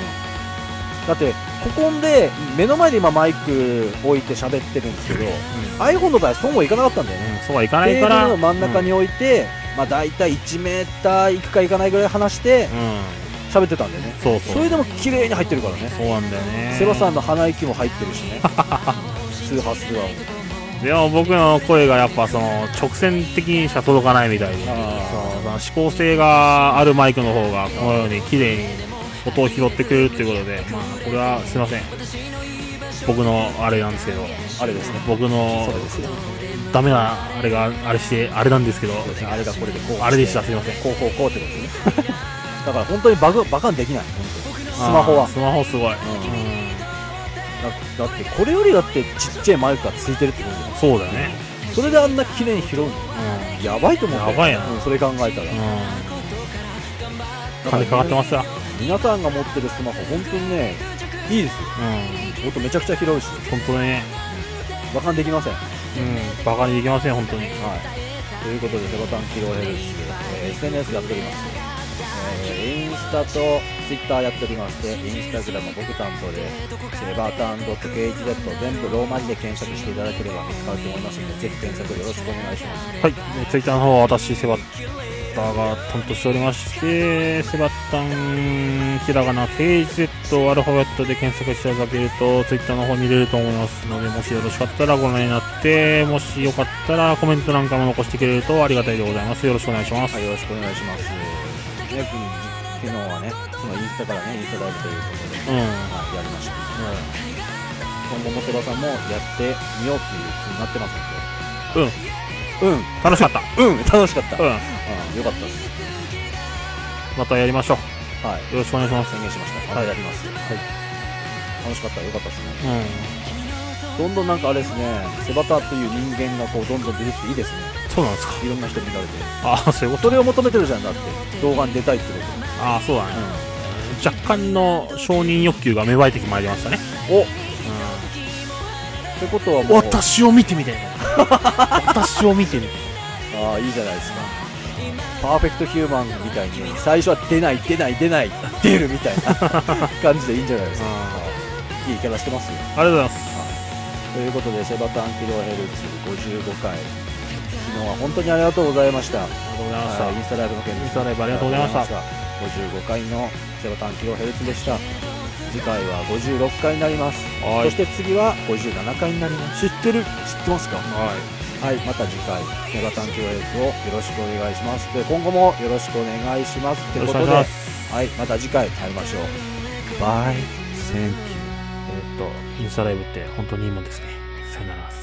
Speaker 3: だってここんで目の前で今マイク置いて喋ってるんですけど iPhone の場合そうもいかなかったんだよね
Speaker 2: うん、そうはいかな
Speaker 3: テ
Speaker 2: い
Speaker 3: ーブ
Speaker 2: から。
Speaker 3: ルの真ん中に置いて、まあ大体1メーターいくかいかないぐらい離して
Speaker 2: うん。うん。
Speaker 3: 喋ってたんだよね
Speaker 2: そう
Speaker 3: そ
Speaker 2: そう。
Speaker 3: れでも綺麗に入ってるからね
Speaker 2: そうなんだよね。
Speaker 3: セロさんの鼻息も入ってるし ね周波数は
Speaker 2: でも僕の声がやっぱその直線的にしか届かないみたいで、そ
Speaker 3: あ
Speaker 2: うその指向性があるマイクの方がこのように綺麗に音を拾ってくれるっていうことで、まあこれはすいません。僕のあれなんですけど、
Speaker 3: あれですね
Speaker 2: 僕の
Speaker 3: それですね
Speaker 2: ダメなあれがあれしてあれなんですけど、
Speaker 3: あれがこれでこうして
Speaker 2: あれでしたすいません
Speaker 3: こうこうこうってことですね だから本当にバグバカにできない本当にスマホ
Speaker 2: あ
Speaker 3: は
Speaker 2: ースマホすごい。うん
Speaker 3: だだってこれよりだってちっちゃいマイクがついてるってことだよ
Speaker 2: そうだよね。
Speaker 3: それであんな綺麗に拾うんだよ
Speaker 2: う
Speaker 3: やばいと思うんだよ
Speaker 2: やばいな
Speaker 3: うんそれ考えたら、
Speaker 2: ん。うん。金かかって
Speaker 3: す
Speaker 2: ますよ。
Speaker 3: 皆さんが持ってるスマホ本当にねいいですよ
Speaker 2: うん。
Speaker 3: 音めちゃくちゃ拾うし
Speaker 2: 本当にね、
Speaker 3: バカにできません
Speaker 2: うん。バカにできません、本当に。
Speaker 3: はい、ということで、セロタンキロヘルツ、えー SNS やっております、えーインスタと Twitter やっておりまして、インスタグラムは僕担当で、セバータン .khz 全部ローマ字で検索していただければ見つかると思いますので、ぜひ検索よろしくお願いします。
Speaker 2: はい、ツイッターの方は私、セバッタが担当しておりまして、セバッタン、ひらがな、KZ をアルファベットで検索していただけると、ツイッターの方見れると思いますので、もしよろしかったらご覧になって、もしよかったらコメントなんかも残してくれるとありがたいでございます。よろしくお願いします。
Speaker 3: はい、よろしくお願いします。ね、昨日はね、そのインスタからね、インスタライブということで、
Speaker 2: うん。
Speaker 3: はい、やりました。今後もセバさんもやってみようっていう気になってます
Speaker 2: うん。
Speaker 3: ので、
Speaker 2: 楽しかっ
Speaker 3: うん、うん、楽しかった。
Speaker 2: た。
Speaker 3: うん、
Speaker 2: う
Speaker 3: よ
Speaker 2: ん。
Speaker 3: かったです。
Speaker 2: またやりましょ
Speaker 3: はい。
Speaker 2: う。よろしくお願いします。
Speaker 3: 宣言しました。はい、やります。
Speaker 2: はい。
Speaker 3: 楽しかった、良かったですね。
Speaker 2: う
Speaker 3: ど
Speaker 2: ん。
Speaker 3: んどんなんかあれですね、セバターっていう人間がこうどんどん出てきていいですね。
Speaker 2: そうなんですか。
Speaker 3: いろんな人見られて。
Speaker 2: あ、そういうこと
Speaker 3: それを求めてるじゃんだって、動画に出たいってこ
Speaker 2: あ、そうだね。
Speaker 3: と。
Speaker 2: 若干の承認欲求が芽生えてまいりましたね。
Speaker 3: うん。おっ
Speaker 2: うん。
Speaker 3: てことはもう、
Speaker 2: 私を見てみ たいな私を見てみたい
Speaker 3: ああ、いいじゃないですか。パーフェクトヒューマンみたいに、最初は出ない、出ない、出ない、出るみ たいな感じでいいんじゃないですか。
Speaker 2: あ
Speaker 3: いいキャラしてますよ。
Speaker 2: ありがとうございます
Speaker 3: ということで、セバタンキロヘルツ55回。昨日は本当にありがとうございました。
Speaker 2: ありがとうございました、
Speaker 3: はいインスタライブの件です
Speaker 2: インスタライブありがとうございました
Speaker 3: 55回のセバタンキロヘルツでした次回は56回になります
Speaker 2: は
Speaker 3: そ
Speaker 2: い
Speaker 3: して次は57回になります知ってる知ってますか
Speaker 2: はい
Speaker 3: はいまた次回セバタンキロヘルツをよろしくお願いしますで今後もよろしくお願いしますって
Speaker 2: よ
Speaker 3: こ
Speaker 2: ろしく
Speaker 3: と
Speaker 2: お願
Speaker 3: で
Speaker 2: いします
Speaker 3: はいまた次回会いましょうバイセンキュー
Speaker 2: えーっとインスタライブって本当にいいもんですねさよなら